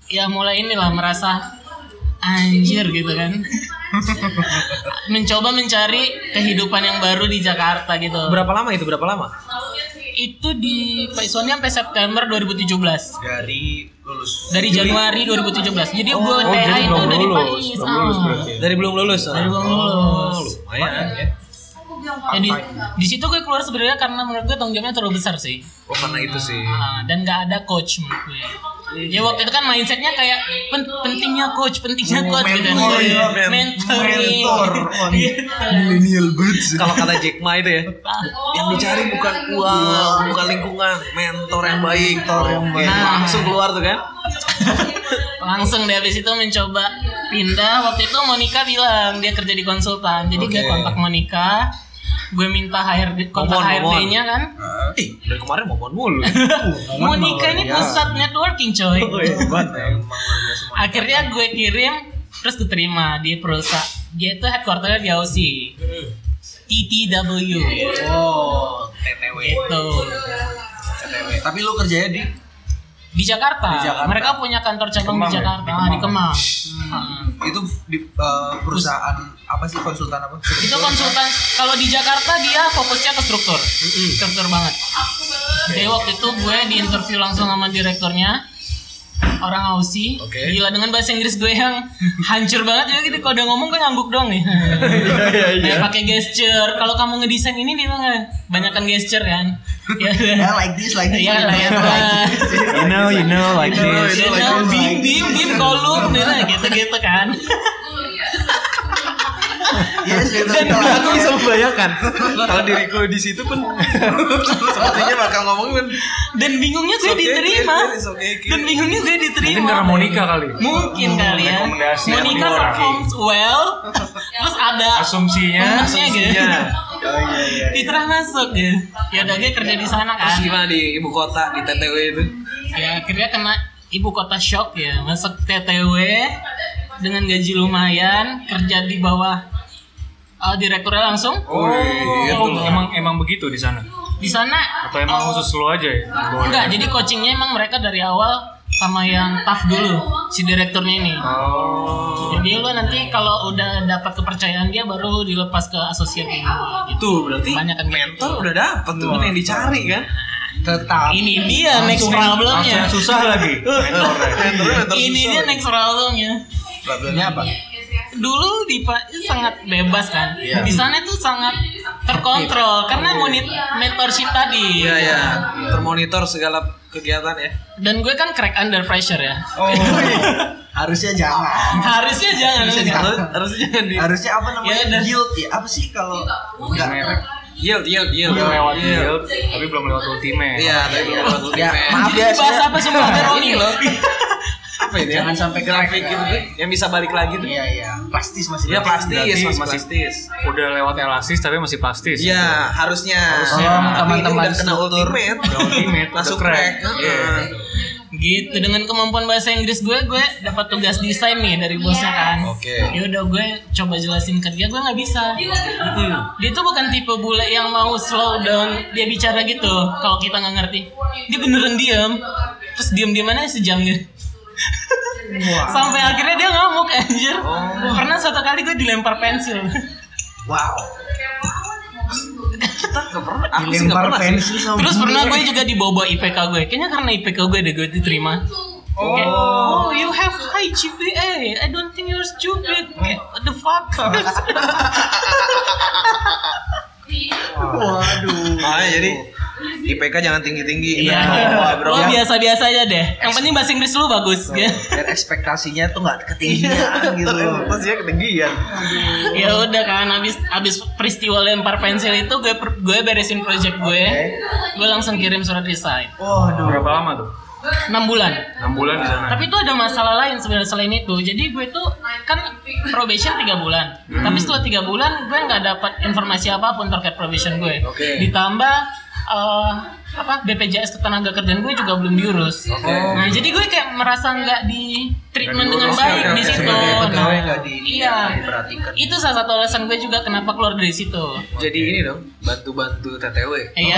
A: ya mulai inilah merasa anjir gitu kan mencoba mencari kehidupan yang baru di Jakarta gitu
B: Berapa lama itu? Berapa lama?
A: itu di Pak Iswani sampai September 2017
E: Dari lulus.
A: dari Januari 2017 jadi gue
D: oh
A: TH
D: jadi
A: itu
D: belum
A: dari Pak
D: lulus belum lulus berarti Oh,
B: Dari belum lulus.
A: dari belum Ah, lulus
B: Lumayan ya.
A: jadi di situ gue keluar sebenarnya karena menurut gue tanggung jawabnya terlalu besar sih
B: Oh, karena itu sih.
A: Ah, dan nggak ada coach menurut gue ya waktu itu kan mindsetnya kayak "Pen- pentingnya coach pentingnya coach gitu
E: mentor ya,
A: mentoring,
E: Mentor. Wah, Millennial banget sih.
B: Kalau kata Jack Ma itu ya, yang dicari
A: Iya,
B: bukan uang, bukan lingkungan, mentor yang baik, mentor
E: yang baik.
B: langsung keluar tuh kan?
A: langsung dari situ mencoba pindah waktu itu Monica bilang dia kerja di konsultan jadi gue
B: Oke.
A: kontak Monica gue minta HRD kontak
B: Momon, Momon.
A: HRD-nya kan
B: Ih, dari kemarin momon mulu.
A: Monica ini pusat networking coy
B: Hebat
A: akhirnya gue kirim terus diterima di perusahaan dia itu headquarternya di Aussie TTW
E: Oh, TTW.
A: gitu
E: TTW. Tapi lu kerjanya di
A: di Jakarta.
E: Jakarta.
A: mereka punya kantor cabang
D: Kemang
A: di
D: ya?
A: Jakarta
D: Di
A: ah, di Kemang, Ah.
E: itu di eh, perusahaan apa sih konsultan apa?
A: itu konsultan kalau di Jakarta dia fokusnya ke struktur struktur banget jadi waktu itu gue di interview langsung sama direkturnya orang Aussie
B: Oke.
A: gila dengan bahasa Inggris gue yang hancur banget jadi gitu, kalau udah ngomong gue ngangguk dong
D: Iya,
A: nih Kayak pakai gesture kalau kamu ngedesain ini dia bilang "Eh, banyakkan gesture kan ya
E: Ya like this, like this.
A: ya
B: Iya,
A: lah ya lah.
D: you know you know like this
A: Dia bilang, bim bim bim kolum gitu gitu gitu kan
E: Yes, Iya, itu.
B: Dan aku bisa membayangkan kalau diriku di situ pun sepertinya bakal ngomong pun
A: dan bingungnya gue diterima dan bingungnya gue
D: mungkin karena
A: diterima
D: Monica kali
A: mungkin kali ya
D: Hmm, rekomendasi
A: Monica
D: orang.
A: performs well terus ada
D: asumsinya
A: Masnya gitu Fitrah masuk ya ya udah gue kerja di sana
B: Terus
A: kan
B: gimana di ibu kota di TTW itu?
A: ya akhirnya kena ibu kota shock ya masuk TTW dengan gaji lumayan kerja di bawah eh, direkturnya langsung
D: Oh,
B: gitu loh.
D: emang emang begitu di sana
A: di sana
D: atau emang khusus lo aja ya
A: Enggak, jadi coachingnya emang mereka dari awal sama yang tough dulu si direkturnya ini.
D: Oh.
A: Jadi lu nanti kalau udah dapat kepercayaan dia baru lu dilepas ke asosiat ini. Gitu.
B: Tuh berarti
A: Banyak kan
B: mentor udah dapet tuh kan yang dicari kan?
E: Tetap.
A: Ini dia next problemnya.
D: Langsung susah lagi
B: ya.
A: Ini dia next problemnya.
E: Problemnya apa?
A: Dulu di Pak sangat bebas kan. Di sana tuh sangat terkontrol karena monit mentorship tadi.
B: Iya ya, iya. termonitor segala kegiatan ya.
A: Dan gue kan crack under pressure ya.
E: Oh, harusnya jangan.
A: Harusnya jangan.
E: Bisa
A: enggak.
E: diatur.
B: Harus, harusnya jangan di
E: Harusnya apa namanya?
A: Ya udah.
E: Guild ya? Apa sih kalau enggak?
B: yield, yield, yield.
D: Udah lewat
B: Yield.
D: guild, tapi belum lewat ultimate.
B: Iya, tapi belum lewat
E: Ya,
B: ultimate.
E: maaf
A: Jadi
E: ya.
A: bahas
E: saya-
A: apa semua
B: Iya.
A: ada Roni loh.
B: apa itu ya?
E: Jangan sampai
B: grafik
E: crack,
B: gitu tuh, yang bisa balik lagi tuh.
E: Iya, iya. Plastis masih.
B: Ya plastis,
D: Berarti
B: masih
D: masih-
B: plastis.
D: Udah lewat elastis tapi masih plastis.
B: Iya, harusnya.
D: Harusnya.
B: Oh, tapi
E: teman-teman
B: ini udah kena
E: struktur.
B: ultimate.
D: Udah ultimate,
B: Langsung
D: udah crack.
B: crack.
D: Iya.
B: Heeh.
A: Gitu dengan kemampuan bahasa Inggris gue, gue dapat tugas desain nih dari bosnya kan.
B: Oke.
A: Ya udah gue coba jelasin ke dia, gue nggak bisa. Dia tuh bukan tipe bule yang mau slow down dia bicara gitu. Kalau kita nggak ngerti, dia beneran diam. Terus diam di mana sejam gitu. Sampai akhirnya dia ngamuk anjir. Pernah suatu kali gue dilempar pensil.
E: Wow.
B: Kita nggak pernah. Aku sih nggak
E: Dilempar
B: pernah. sih.
E: pensil sama
A: Terus
E: bule.
A: pernah gue juga dibawa IPK gue. Kayaknya karena IPK gue deh gue diterima.
E: Oh.
A: Kayak, oh, you have high GPA. I don't think you're stupid. Kayak, what the fuck?
E: Waduh.
B: Ah, jadi IPK jangan tinggi-tinggi.
A: Iya.
E: Wah, bro. Iya.
A: Lo biasa-biasa aja deh. Yang penting bahasa Inggris lu bagus. kan?
E: Biar ekspektasinya tuh nggak ketinggian gitu.
B: Pasti ya ketinggian.
A: ya udah kan habis habis peristiwa lempar pensil itu gue per- gue beresin project gue. Gue langsung kirim surat resign.
E: Waduh.
D: Berapa lama tuh?
A: 6 bulan.
D: 6 bulan di sana.
A: Tapi itu ada masalah lain sebenarnya selain itu. Jadi gue tuh kan probation 3 bulan. Tapi setelah 3 bulan gue nggak dapat informasi apapun terkait probation gue.
B: Oke.
A: Ditambah eh, apa BPJS ketenaga kerjaan gue juga belum diurus. Nah, jadi gue kayak merasa nggak di treatment dengan
D: diurus,
A: baik
B: oke,
A: di
B: oke,
A: situ.
B: sebagai
E: pegawai
A: Nah,
E: nggak di-
A: iya.
E: diperhatikan.
A: Itu salah satu alasan gue juga kenapa keluar dari situ.
B: Jadi ini dong, bantu-bantu TTW.
A: Iya.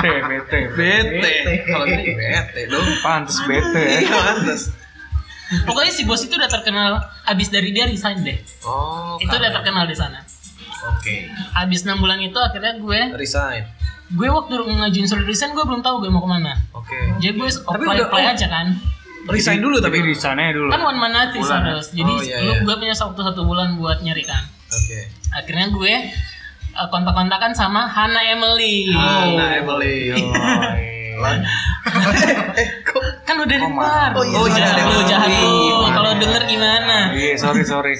D: bete, bete.
B: Bete. Kalau ini bete dong.
D: Pantes bete ya.
B: Iya, pantas.
A: Pokoknya si bos itu udah terkenal abis dari dia resign deh.
B: Oh,
A: itu udah terkenal di sana.
E: Oke.
A: Abis 6 bulan itu akhirnya gue
B: resign.
A: gue waktu ngajuin surat resign gue belum tahu gue mau kemana
B: Oke.
A: jadi gue
B: Tapi
A: apply
B: udah-
A: apply aja kan
B: Resign dulu tapi.
D: Jadi di
B: Oke.
D: sana ya dulu.
A: kan one man notice
D: Bulan,
A: harus jadi
B: Oh, iya,
A: lu-
B: iya.
A: gue punya waktu satu bulan buat nyari kan akhirnya gue eh, kontak-kontakan sama Hana Emily
E: Oh.
B: Nah, Emily.
E: Iya.
A: kan udah dipar oh,
E: iya,
A: jahat
B: Hana
A: lu jahat lu
B: Emily.
A: kalau denger gimana
D: Iya, sorry, sorry.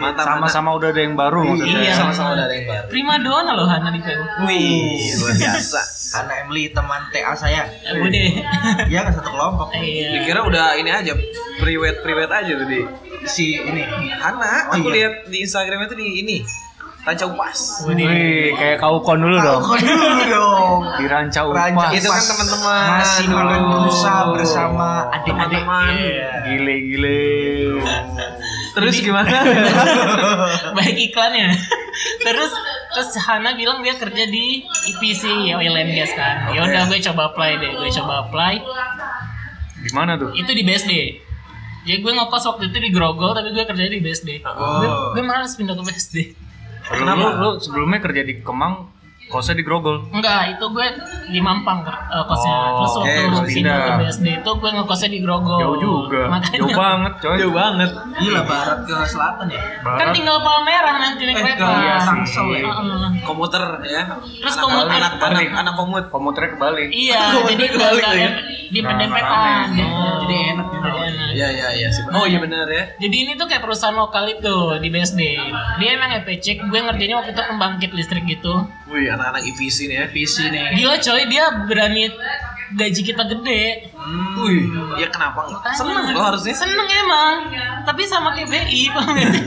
B: Mantap,
D: Sama-sama udah ada yang baru maksudnya.
A: Iya.
B: Sama-sama dari yang baru.
A: prima dona loh Hana di Ya, PU
E: Wih,
B: Luar biasa.
E: Karena Emily teman TA saya.
A: Ya, Bude
E: Iya kan satu kelompok.
A: iya
B: Dikira udah ini aja priwet priwet aja tadi.
E: Si ini.
B: Hana,
E: Oh,
B: aku
E: iya.
B: lihat di Instagramnya tuh di ini. Rancau pas.
D: Wih, kayak kau kon dulu dong.
E: Kau dulu dong.
D: Di rancau
E: Rancau.
D: upah.
B: Itu kan teman-teman.
E: Masih
B: Aduh.
E: berusaha bersama adik-adik.
B: Teman-teman.
E: iya.
D: Gile-gile.
B: Terus gimana?
A: baik iklannya terus terus Hana bilang dia kerja di IPC ya oil and gas kan ya udah gue coba apply deh gue coba apply
D: Di mana tuh?
A: itu di BSD ya gue ngekos waktu itu di Grogol tapi gue kerja di BSD
D: Oh.
A: gue, gue malas pindah ke BSD
D: Kenapa lu sebelumnya kerja di Kemang, kosnya di Grogol?
A: enggak itu gue di Mampang eh, kosnya
D: Oh,
A: terus waktu
D: oke,
A: okay, pindah ke
D: pindah.
A: BSD itu gue ngekosnya di Grogol
D: Jauh juga.
A: makanya
D: Jauh banget, coy.
B: Oh, Jauh banget.
E: Gila barat ke selatan ya.
A: kan
D: Barat.
A: tinggal Palmerah nanti naik kereta
D: iya sih.
E: Tangsel ya.
A: Heeh.
B: Komuter ya.
A: Terus
B: Anak-
A: komuter.
B: Anak anak anak komut.
D: Komuternya kebalik.
A: iya jadi gue
B: balik lagi.
A: di
D: Nah, Oh,
A: pedempetan
D: rame.
A: gitu.
E: Jadi enak gitu.
A: Jadi enak.
B: Iya iya iya sih. Oh iya benar ya.
A: Jadi ini tuh kayak perusahaan lokal itu di BSD. Dia emang EPC, gue ngerjainnya waktu itu pembangkit listrik gitu.
B: Wih anak-anak IPC nih ya.
E: PC E nih.
A: Gila coy, dia berani gaji kita gede.
B: Wih, ya kenapa enggak? Hmm. Seneng lo harusnya.
A: Seneng emang. Tapi sama kayak BI, paham gak sih?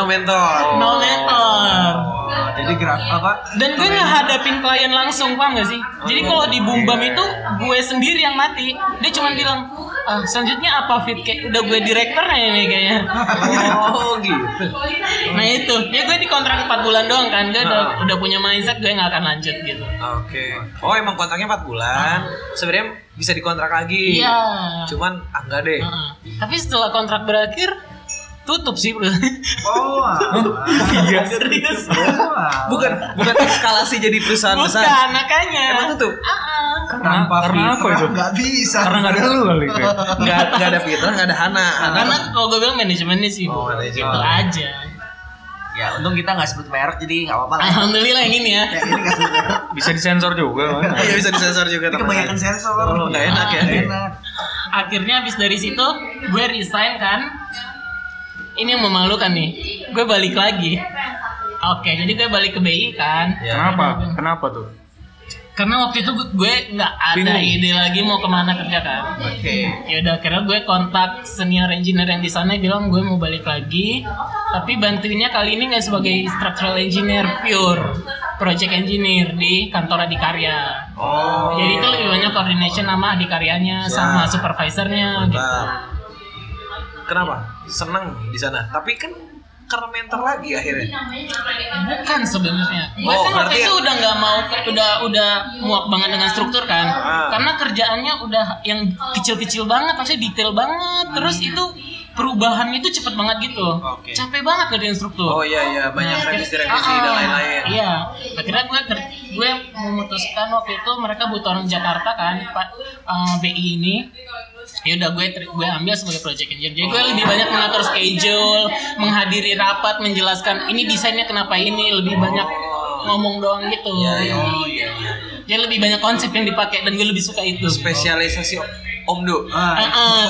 B: No mentor.
A: No matter.
E: Oh, jadi graf apa?
A: Dan gue ngehadapin klien langsung, paham gak sih? Jadi kalau di Bumbam itu gue sendiri yang mati. Dia cuma bilang, ah, selanjutnya apa fit kayak udah gue direkturnya ini kayaknya.
B: Oh gitu.
A: Nah itu, ya gue di kontrak 4 bulan doang kan, gue
B: Nah.
A: udah, udah punya mindset gue nggak akan lanjut gitu.
B: Oke. Oh emang kontraknya 4 bulan. Sebenarnya bisa dikontrak lagi.
A: Iya.
B: Cuman ah, enggak deh.
A: Heeh. Tapi setelah kontrak berakhir tutup sih bro.
E: Oh, alah.
D: Iya.
E: Oh, alah.
B: Bukan bukan eskalasi jadi perusahaan besar.
A: Bukan makanya.
B: Emang tutup?
A: Heeh.
E: Tanpa
D: Karena apa
E: fitrah
D: itu?
E: nggak bisa.
D: Karena nggak ada lu kali. Fe.
B: Enggak enggak ada Fitra, enggak ada Hana. Hana Oh,
A: Karena kalau gue bilang manajemennya sih bro.
B: manajemen.
A: Gitu aja.
C: Ya, untung kita nggak sebut merek jadi nggak apa-apa lah.
A: Alhamdulillah yang ini ya.
C: Ya, ini nggak sebut merek.
D: Bisa disensor juga kan?
B: Iya bisa disensor juga
C: Ini
B: tenang
C: kebanyakan
B: aja.
C: sensor.
B: Oh, nggak enak ya.
C: iya. Nggak enak.
A: Akhirnya habis dari situ gue resign kan. Ini yang memalukan nih. Gue balik lagi. Oke, jadi gue balik ke BI kan.
B: Iya.
D: Kenapa? Kenapa tuh?
A: Karena waktu itu gue- gue nggak ada
D: Bingung.
A: ide lagi mau kemana kerja kan.
C: Oke.
A: ya udah akhirnya gue kontak senior engineer yang di sana bilang gue mau balik lagi tapi bantuinnya kali ini nggak sebagai structural engineer pure project engineer di kantor Adikarya
C: Oh.
A: jadi itu lebih banyak coordination sama Adikaryanya sama supervisornya gitu
B: Nah, kenapa? Senang di sana. Tapi kan karena mentor lagi
A: Iya.
B: akhirnya.
A: bukan sebenarnya gue
B: Oh,
A: kan waktu
B: berarti-
A: itu udah nggak mau udah udah muak banget dengan struktur kan
B: Ah.
A: karena kerjaannya udah yang kecil-kecil banget maksudnya detail banget terus itu perubahan itu cepet banget gitu
B: Hmm. Oke.
A: capek banget kerjain struktur
B: Oh iya iya banyak revisi-revisi
A: Ah,
B: dan lain-lain.
A: Iya, akhirnya gue ker- gue memutuskan waktu itu mereka butuh orang Jakarta kan, Pak eh, BI ini. Ya udah gue ter- gue ambil sebagai project engineer. Jadi gue lebih banyak mengatur schedule, menghadiri rapat, menjelaskan ini desainnya kenapa ini, lebih banyak ngomong doang gitu.
B: Oh iya iya.
A: Jadi lebih banyak konsep yang dipakai dan gue lebih suka itu.
B: Spesialisasi Om- Omdo.
A: Eh, eh,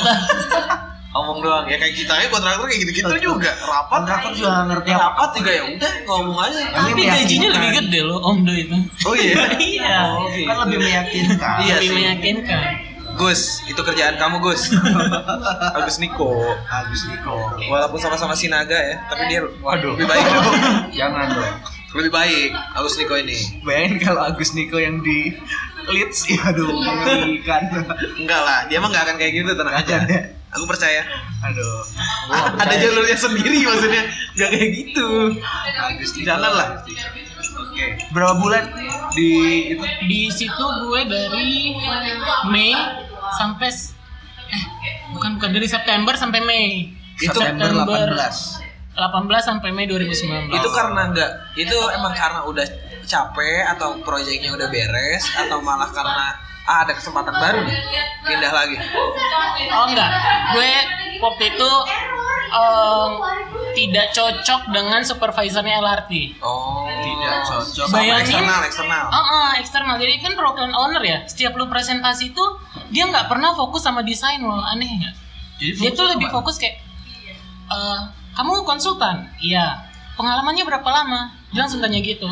B: Ngomong doang ya kayak kita ya kontraktor kayak gitu-gitu juga. Rapat
C: Kontraktor juga nggak ngerti apa.
B: rapat juga ya udah ngomong aja. Kan
A: Tapi gajinya lebih gede loh Om Do itu.
B: Oh iya.
A: Iya.
C: Kan lebih meyakinkan.
B: Iya
A: Lebih
B: sih.
A: meyakinkan.
B: Gus, itu kerjaan kamu Gus. Agus Niko.
C: Agus Niko.
B: Walaupun sama-sama Sinaga ya, tapi dia
D: Waduh.
B: lebih baik.
C: Jangan dong.
B: lebih baik Agus Niko ini.
C: Bayangin kalau Agus Niko yang di Leeds, ya aduh mengerikan.
B: Enggak lah, dia mah enggak akan kayak gitu tenang aja. Aku percaya.
C: Aduh.
B: Ada jalurnya sendiri maksudnya, enggak kayak gitu.
C: Agus Niko.
B: Jangan lah.
C: Oke. Berapa bulan di itu?
A: di situ gue dari Mei sampai s- eh bukan bukan dari September sampai Mei
B: Itu
C: September
A: 18
C: 18.
A: sampai Mei 2019
B: Itu kan- karena enggak, itu emang karena udah capek atau proyeknya udah beres atau malah karena ah, ada kesempatan baru nih pindah lagi.
A: oh enggak gue waktu itu em, tidak cocok dengan supervisornya LRT
B: Oh, tidak cocok.
A: Bayangin.
B: eksternal, eksternal.
A: Oh, oh, eksternal. Jadi kan program owner ya. Setiap lu presentasi itu dia nggak pernah fokus sama desain loh. Aneh nggak? Dia tuh lebih fokus kayak, eh kamu konsultan, iya. Pengalamannya berapa lama? Dia langsung tanya gitu.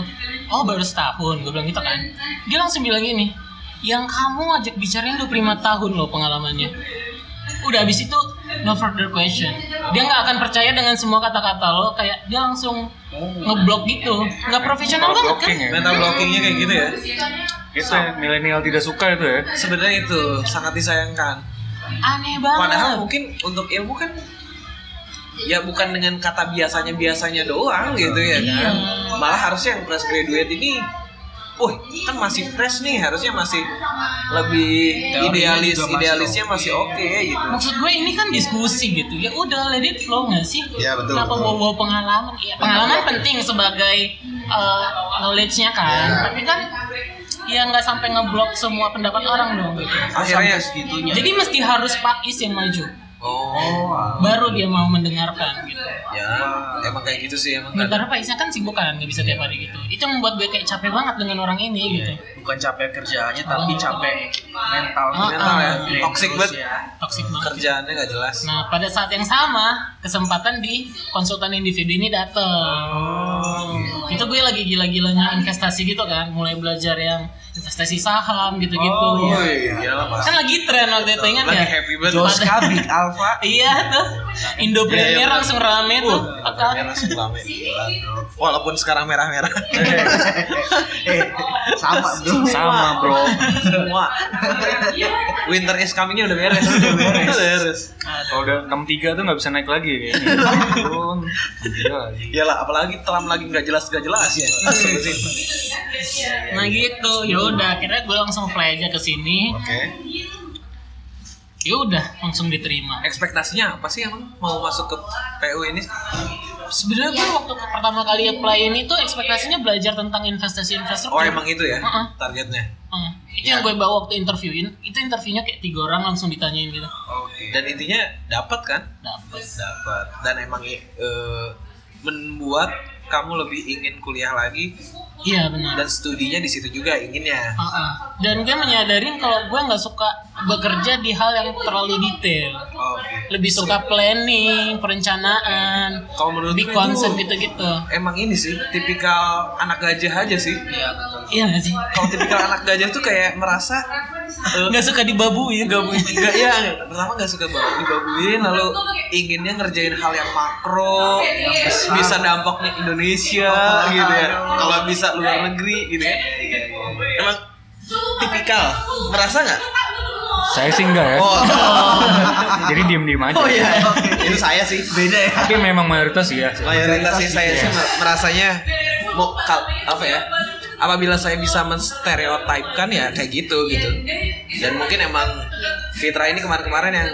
A: Oh baru setahun, gue bilang gitu kan. Dia langsung bilang gini, yang kamu ajak bicarain 25 tahun loh pengalamannya. Udah abis itu no further question. Dia nggak akan percaya dengan semua kata-kata lo. Kayak dia langsung ngeblok gitu. Nggak profesional banget kan?
D: Blocking ya.
B: Mental blockingnya kayak gitu ya.
D: Itu ya, milenial tidak suka itu ya.
B: Sebenarnya itu sangat disayangkan.
A: aneh banget
B: Padahal mungkin untuk ilmu kan ya bukan dengan kata biasanya biasanya doang gitu ya kan. Malah harusnya yang fresh graduate ini Wah, kan masih fresh nih, harusnya masih lebih idealis, idealisnya masih oke gitu.
A: maksud gue ini kan diskusi gitu ya udah let it flow nggak sih
E: Iya, betul,
A: kenapa
E: betul.
A: bawa bawa pengalaman ya, pengalaman penting sebagai uh, knowledge-nya kan
E: Iya.
A: tapi kan ya nggak sampai ngeblok semua pendapat orang dong gitu
B: Akhirnya ya,
C: segitunya.
A: jadi mesti harus Pak Is yang maju
B: Oh,
A: baru dia mau mendengarkan gitu
B: ya emang kayak gitu sih emang. kadang.
A: sementara Pak Isnya kan sibuk kan nggak bisa tiap hari gitu itu yang membuat gue kayak capek banget dengan orang ini gitu
C: Bukan capek kerjaannya tapi capek mentalnya.
B: Mental ya,
C: Terus
B: toxic banget.
A: toxic banget
B: Kerjaannya nggak jelas.
A: Nah, pada saat yang sama, kesempatan di konsultan individu ini datang.
B: Oh.
A: Itu gue lagi gila-gilanya investasi gitu kan, mulai belajar yang investasi saham
C: Gitu.
A: gitu-gitu.
C: Oh, iya,
B: iyalah pasti.
A: Kan lagi tren waktu itu ingat ya?
B: Oh, iya. Lagi happy banget.
C: Jos Kabik Alfa.
A: Iya tuh. Indopreneur
B: Iya, iya,
A: langsung rame tuh.
B: Merah merah sebelah Walaupun sekarang merah-merah.
C: Eh, sama bro.
D: Sama bro.
B: Semua. Winter is coming-nya udah beres. Udah beres.
D: Kalau udah 63 tuh nggak bisa naik lagi kayaknya. Turun. Iya lagi.
B: Iyalah, apalagi Trump lagi nggak jelas nggak jelas
A: Iya.
B: ya. Sebutin.
A: Nah gitu, ya udah akhirnya gue langsung play aja ke sini.
E: Oke.
A: Ya udah, langsung diterima.
B: Ekspektasinya apa sih emang mau masuk ke PU ini?
A: Sebenarnya gue waktu pertama kali apply ini tuh ekspektasinya belajar tentang investasi infrastruktur.
B: Oh emang itu ya
A: Heeh.
B: targetnya.
A: Hmm, itu
B: Ya.
A: yang gue bawa waktu interviewin itu interviewnya kayak tiga orang langsung ditanyain gitu
B: Dan intinya dapat kan?
A: dapet
B: Dapat. Dan emang eh, membuat kamu lebih ingin kuliah lagi
A: Iya benar.
B: dan studinya di situ juga inginnya.
A: Ah, ah. Dan gue menyadari kalau gue nggak suka bekerja di hal yang terlalu detail.
B: Oke.
A: Lebih suka planning, perencanaan,
B: Kalau menurut
A: big
B: gue
A: konsep
B: itu
A: gitu-gitu.
B: emang ini sih tipikal anak gajah aja sih.
A: Iya nggak sih?
B: Kalau tipikal anak gajah tuh kayak merasa eh,
A: Nggak suka dibabuin.
B: Enggak ya, pertama nggak suka banget dibabuin, lalu inginnya ngerjain hal yang makro, bisa dampaknya Indonesia gitu ya. Kalau bisa luar negeri gitu ya. Emang tipikal, merasa nggak?
D: Saya sih enggak ya.
B: Oh.
D: Jadi diem-diem aja.
B: iya. itu saya sih beda ya.
D: Tapi memang mayoritas sih ya.
B: Mayoritas sih saya sih
A: Iya.
B: merasanya mau kal- apa ya? Apabila saya bisa menstereotipkan ya kayak gitu gitu. Dan mungkin emang Fitra ini kemarin-kemarin yang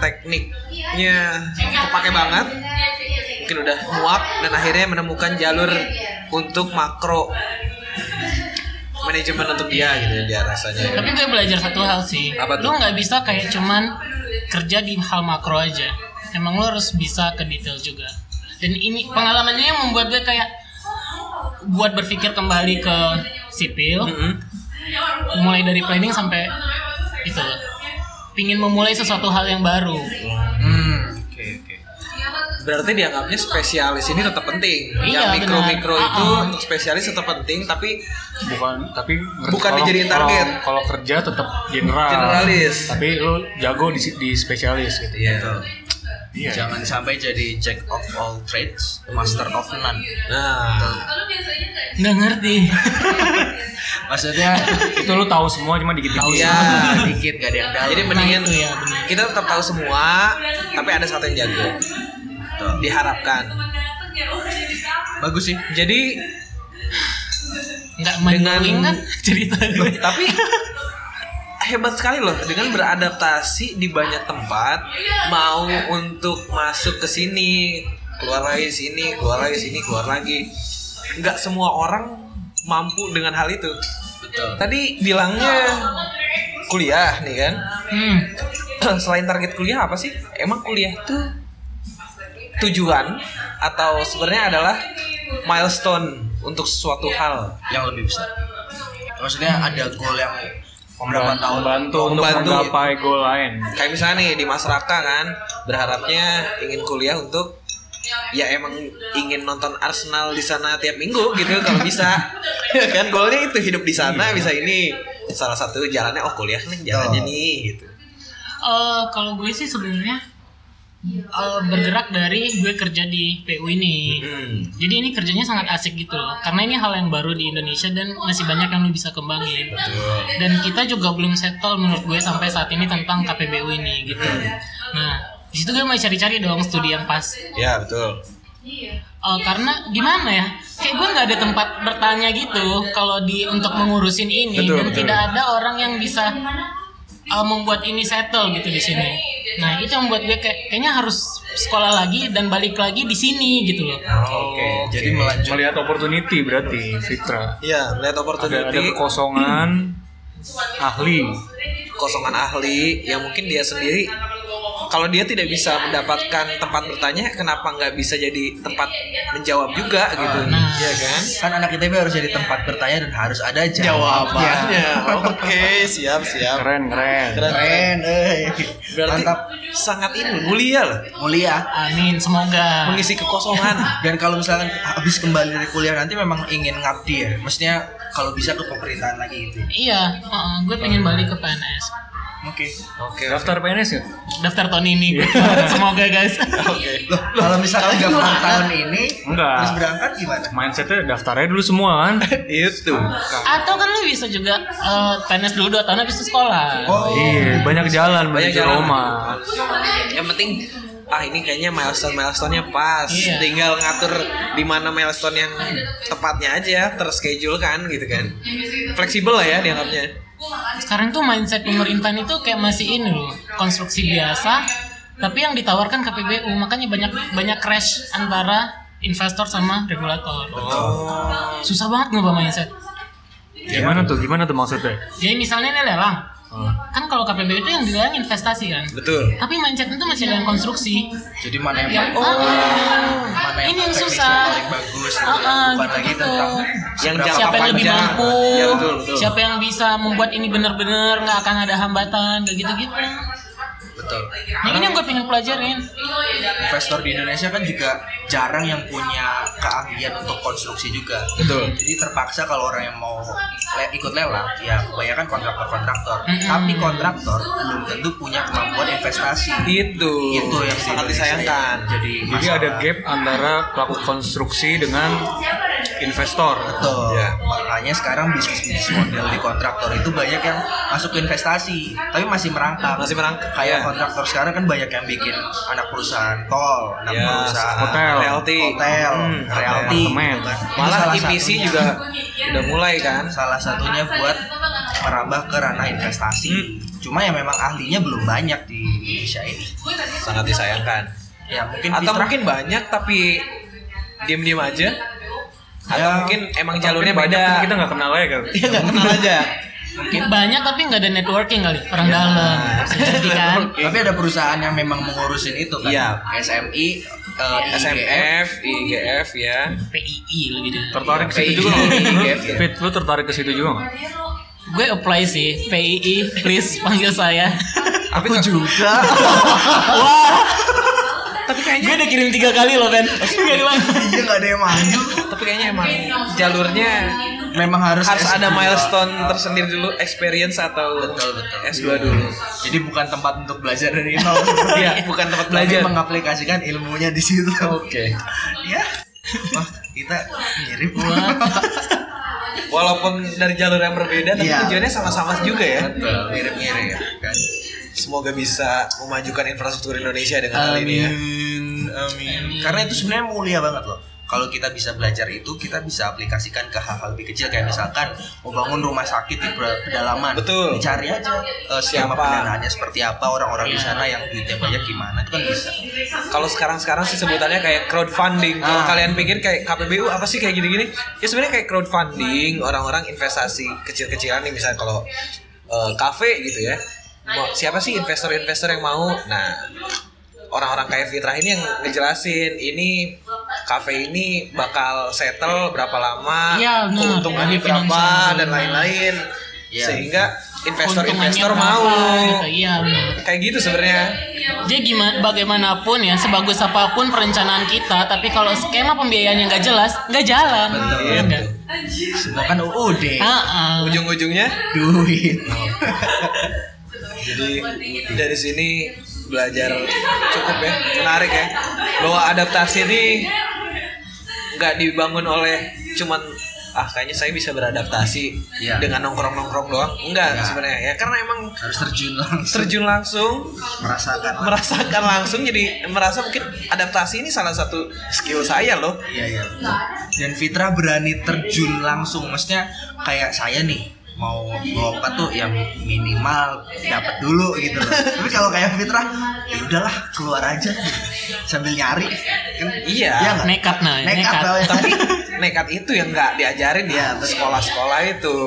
B: tekniknya kepake banget mungkin udah muak dan akhirnya menemukan jalur untuk makro manajemen untuk dia gitu dia rasanya
A: Tapi gue belajar satu hal sih.
B: Apa tuh?
A: Lu nggak bisa kayak cuman kerja di hal makro aja. Emang lu harus bisa ke detail juga. Dan ini pengalamannya yang membuat gue kayak buat berpikir kembali ke sipil,
B: Mm-mm.
A: mulai dari planning sampai itu loh. Pingin memulai sesuatu hal yang baru.
B: Hmm, oke oke. Berarti dianggapnya spesialis ini tetap penting.
A: Iya,
B: yang mikro-mikro
A: benar.
B: itu
A: Ah, ah.
B: untuk spesialis tetap penting, tapi
D: Bukan, tapi ngerti
B: Bukan
D: kalau-
B: dijadiin
D: kalau-
B: target.
D: Kalau, kerja tetap
A: Ah.
D: general.
B: Generalis.
D: Tapi lu jago di, di spesialis gitu.
C: Iya.
D: Iya.
C: Jangan sampai jadi jack of all trades, master of none.
B: nah,
A: Nggak ngerti.
C: Maksudnya
D: Ya, Itu lu tahu semua cuma dikit tahu.
B: iya.
C: dikit gak ada yang dalam.
B: Jadi mendingan
A: itu ya, benar.
B: Nah, iya, kita tetap tahu semua, tapi ada satu yang jago. Diharapkan.
C: bagus sih.
B: Jadi
A: Nggak mind-blowing kan cerita gue.
B: tapi hebat sekali loh dengan beradaptasi di banyak tempat mau untuk masuk ke sini keluar lagi sini keluar lagi sini keluar lagi nggak semua orang mampu dengan hal itu tadi bilangnya kuliah nih kan
A: Hmm.
B: selain target kuliah apa sih emang kuliah tuh tujuan atau sebenarnya adalah milestone untuk suatu hal
C: yang lebih besar. Maksudnya ada goal yang beberapa
D: Membantu,
C: tahun
D: membantu untuk
B: Membantu.
D: menggapai goal lain.
B: kayak misalnya nih di Mas Raka kan berharapnya ingin kuliah untuk ya emang ingin nonton Arsenal di sana tiap minggu gitu kalau bisa Ya kan goalnya itu hidup di sana
D: Iya.
B: bisa ini salah satu jalannya oh kuliah nih jalannya nih gitu
A: Eh, kalau gue sih sebenarnya eh, bergerak dari gue kerja di PU ini.
B: hmm.
A: Jadi ini kerjanya sangat asik gitu loh, karena ini hal yang baru di Indonesia dan masih banyak yang lu bisa kembangin. Dan kita juga belum settle menurut gue sampai saat ini tentang KPBU ini gitu. Nah, di situ gue mulai cari-cari dong studi yang pas.
B: ya betul
A: Eh, karena gimana ya? Kayak gue nggak ada tempat bertanya gitu kalau di untuk mengurusin ini
B: Betul,
A: dan
B: betul.
A: tidak ada orang yang bisa eh, membuat ini settle gitu di sini. Nah itu yang membuat gue kayak kayaknya harus sekolah lagi dan balik lagi di sini gitu loh.
B: oke
C: Oh, Jadi melanjut
D: Melihat opportunity berarti Fitra.
B: ya melihat
D: Ada, ada
B: opportunity
D: kekosongan ahli.
B: kosongan ahli yang mungkin dia sendiri kalau dia tidak bisa mendapatkan tempat bertanya kenapa nggak bisa jadi tempat menjawab juga gitu
C: Ah,
A: Nah.
B: Iya kan
C: kan anak ITB harus jadi tempat bertanya dan harus ada jawabannya.
B: jawabannya. Oke, siap siap.
D: Keren, keren.
C: Keren, eh.
B: Berarti
C: Mantap.
B: sangat ini mulia loh
C: Mulia.
A: Amin, semoga.
B: mengisi kekosongan.
C: Dan kalau misalkan habis kembali dari kuliah nanti memang ingin ngabdi ya. Maksudnya kalau bisa ke pemerintahan lagi gitu.
A: Iya, heeh, gue pengen balik ke PNS.
C: Oke.
B: Oke.
D: Daftar PNS ya?
A: Daftar tahun ini, gue. semoga guys.
C: Loh, kalau misalkan 30 tahun ini
D: Enggak.
C: harus berangkat gimana?
D: Mindsetnya daftarnya dulu semua kan?
B: Itu.
A: Atau kan lu bisa juga eh, PNS dulu 2 tahun habis itu sekolah.
C: Oh,
D: Iya, banyak jalan
B: Banyak
D: menuju
B: jalan.
D: Roma.
B: Yang penting ah ini kayaknya milestone milestone-nya pas.
A: Iya.
B: Tinggal ngatur di mana milestone yang tepatnya aja, terschedule kan gitu kan. Fleksibel lah ya dianggapnya.
A: Sekarang tuh mindset pemerintahan itu kayak masih ini loh, konstruksi biasa. Tapi yang ditawarkan KPBU makanya banyak banyak crash antara investor sama regulator.
C: Oh.
A: Susah banget ngubah mindset.
D: Gimana tuh? Gimana tuh maksudnya?
A: Jadi misalnya ini lelang, kan kalau KPBU itu yang dilelang investasi kan.
B: Betul.
A: Tapi mindset itu masih ada yang konstruksi.
C: jadi mana yang
A: Yang
C: paling
A: Ah,
C: mana yang
A: ini yang
C: teknisnya
A: susah.
C: paling bagus
A: Ah, ah,
C: bukan
A: gitu,
C: lagi
A: gitu.
C: tentang
B: Yang
C: seberapa Iya,
A: siapa yang lebih
B: panjang.
A: mampu,
B: Ya, betul, betul.
A: siapa yang bisa membuat ini benar-benar nggak akan ada hambatan, kayak gitu-gitu.
C: betul
A: Nah ini yang gue pengen pelajarin.
C: investor di Indonesia kan juga jarang yang punya keahlian untuk konstruksi juga
B: Betul.
C: jadi terpaksa kalau orang yang mau le- ikut lelang ya kebanyakan kontraktor-kontraktor
B: Hmm.
A: Mm-mm.
C: tapi kontraktor belum tentu punya kemampuan investasi
B: Itu.
C: itu yang di
B: Iya. sangat
C: Indonesia
B: disayangkan.
C: yang jadi
D: Jadi ada
C: masalah.
D: gap antara pelaku konstruksi dengan investor.
C: Betul.
B: Ya.
C: Makanya sekarang bisnis-bisnis model di kontraktor itu banyak yang masuk ke investasi, tapi Nah, masih merangkap.
B: Masih merangkap,
C: Kayak
B: ya.
C: kontraktor sekarang kan banyak yang bikin anak perusahaan tol, anak
B: Ya,
C: perusahaan
D: hotel.
B: realty.
C: hotel,
B: Hmm,
C: realty,
D: apartemen.
C: gitu kan. Itu
B: Malah
C: salah
B: IPC
C: satunya.
B: juga udah mulai kan.
C: salah satunya buat merambah ke ranah investasi.
B: Hmm.
C: Cuma ya memang ahlinya belum banyak di Indonesia ini.
B: Sangat disayangkan.
C: Ya mungkin
B: Atau
C: fitrah-
B: mungkin banyak tapi diam-diam aja. Atau
C: Ya,
B: mungkin emang
D: Atau
B: jalurnya
D: mungkin
B: beda.
D: banyak kan Kita nggak kenal ya kan.
B: Iya nggak kenal aja.
A: Banyak tapi nggak ada networking kali orang
C: Iya.
A: dalam. Bisa jadi kan.
C: tapi ada perusahaan yang memang mengurusin itu kan.
B: Iya. E,
C: SMI, eh, IGF,
B: SMF, IGF ya.
A: PII lebih gitu. dari.
D: Tertarik ke situ
C: Iya,
D: juga
C: iya,
D: nggak? Lu-
C: iya, iya.
D: Fit, lu tertarik ke situ juga nggak?
A: Gue apply sih PII, please panggil saya.
B: Tapi Aku juga.
A: tapi kayaknya gue udah kirim tiga kali loh Ben. Gak dilang.
C: Iya nggak ada yang maju.
B: Tapi kayaknya emang jalurnya
C: Memang harus
B: harus
C: S2.
B: ada milestone tersendiri dulu, experience atau
C: Betul, betul.
B: S2 dulu.
C: Jadi bukan tempat untuk belajar dari nol. Iya,
B: bukan tempat belajar.
C: belajar mengaplikasikan ilmunya di situ. Oke. ya. Wah, kita mirip.
B: Walaupun dari jalur yang berbeda tapi
C: Iya.
B: tujuannya sama-sama juga ya.
C: Betul, mirip-mirip kan.
B: Semoga bisa memajukan infrastruktur Indonesia dengan hal ini ya.
C: Iya. amin. Karena itu sebenarnya mulia banget loh. Kalau kita bisa belajar itu, kita bisa aplikasikan ke hal-hal lebih kecil kayak misalkan mau bangun rumah sakit di pe- pedalaman.
B: Betul.
C: Dicari aja eh, skema
B: Siapa?
C: pendanaannya seperti apa, orang-orang di sana yang duitnya banyak gimana itu kan bisa.
B: Kalau sekarang-sekarang sih sebutannya kayak crowdfunding. Kalau
C: Ah.
B: kalian pikir kayak KPBU apa sih kayak gini-gini? Ya sebenarnya kayak crowdfunding, orang-orang investasi kecil-kecilan nih misalnya kalau eh, kafe gitu ya. Mau- Siapa sih investor-investor yang mau? Nah, orang-orang kayak Fitrah ini yang ngejelasin ini kafe ini bakal settle berapa lama,
A: Iya, benar.
B: keuntungannya
A: Dari
B: berapa
A: finansial,
B: dan
A: benar.
B: lain-lain.
C: Iya.
B: Sehingga investor-investor
A: Keuntungannya
B: mau.
A: berapa, gitu. Iya benar.
B: Kayak gitu sebenarnya.
A: Jadi gimana bagaimanapun ya sebagus apapun perencanaan kita, tapi kalau skema pembiayaannya nggak jelas, nggak jalan.
C: Betul.
A: Iya nggak?
C: kan? Semua kan UUD.
A: Ah, ah.
B: Ujung-ujungnya
C: duit
B: Jadi dari sini belajar cukup ya, menarik ya. Bahwa adaptasi ini nggak dibangun oleh cuman ah kayaknya saya bisa beradaptasi
C: Iya.
B: dengan nongkrong-nongkrong doang. Enggak sebenarnya ya karena emang
C: harus terjun langsung
B: terjun langsung
C: merasakan
B: merasakan langsung jadi merasa mungkin adaptasi ini salah satu skill saya loh.
C: iya iya dan Fitra berani terjun langsung maksudnya kayak saya nih mau melompat tuh yang minimal dapat dulu gitu loh tapi kalau kayak Fitra ya udahlah keluar aja sambil nyari kan
B: Iya.
C: nggak?
A: Nekat, nah,
C: nekat,
A: nekat.
C: tau ya.
B: Tapi nekat itu yang nggak diajarin ya di sekolah-sekolah itu.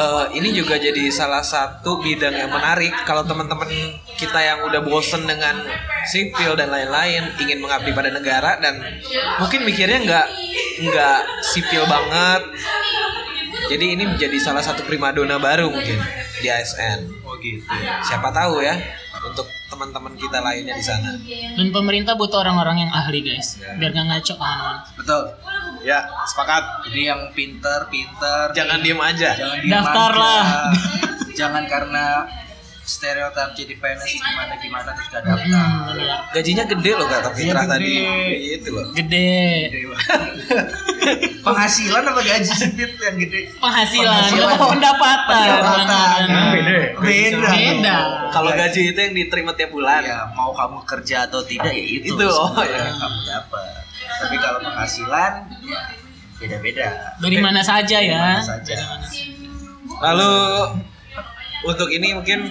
B: Eh, ini juga jadi salah satu bidang yang menarik kalau teman-teman kita yang udah bosen dengan sipil dan lain-lain ingin mengabdi pada negara dan mungkin mikirnya nggak nggak sipil banget. Jadi ini menjadi salah satu primadona baru mungkin di ASN.
C: oh gitu
B: Siapa tahu ya untuk teman-teman kita lainnya di sana.
A: Dan pemerintah butuh orang-orang yang ahli guys, biar nggak ngaco kemana-mana.
C: betul
B: Ya, sepakat.
C: jadi yang pinter pinter
B: Jangan diem aja.
C: jangan
A: Daftarlah.
C: dimanja. jangan karena stereotip jadi PNS gimana gimana terus gak daftar
A: Hmm, benar.
B: Gajinya gede loh kata Fitra
C: Gajinya
B: tadi.
C: gede.
B: Itu loh.
A: Gede.
C: Iya. penghasilan apa gaji sih Fit, yang gede
A: Penghasilan,
C: Penghasilan.
A: dapat pendapatan. Nah,
C: Pendapatan.
A: Bulan-bulan.
D: Beda ya?
C: beda
A: Beda.
B: Kalau
C: Iya.
B: gaji itu yang diterima tiap bulan.
C: ya mau kamu kerja atau tidak ya itu
B: Itu, oh,
C: sebenarnya
B: iya.
C: yang kamu dapat tapi kalau penghasilan ya beda-beda
A: Dari mana saja ya?
C: Mana saja
B: Lalu untuk ini mungkin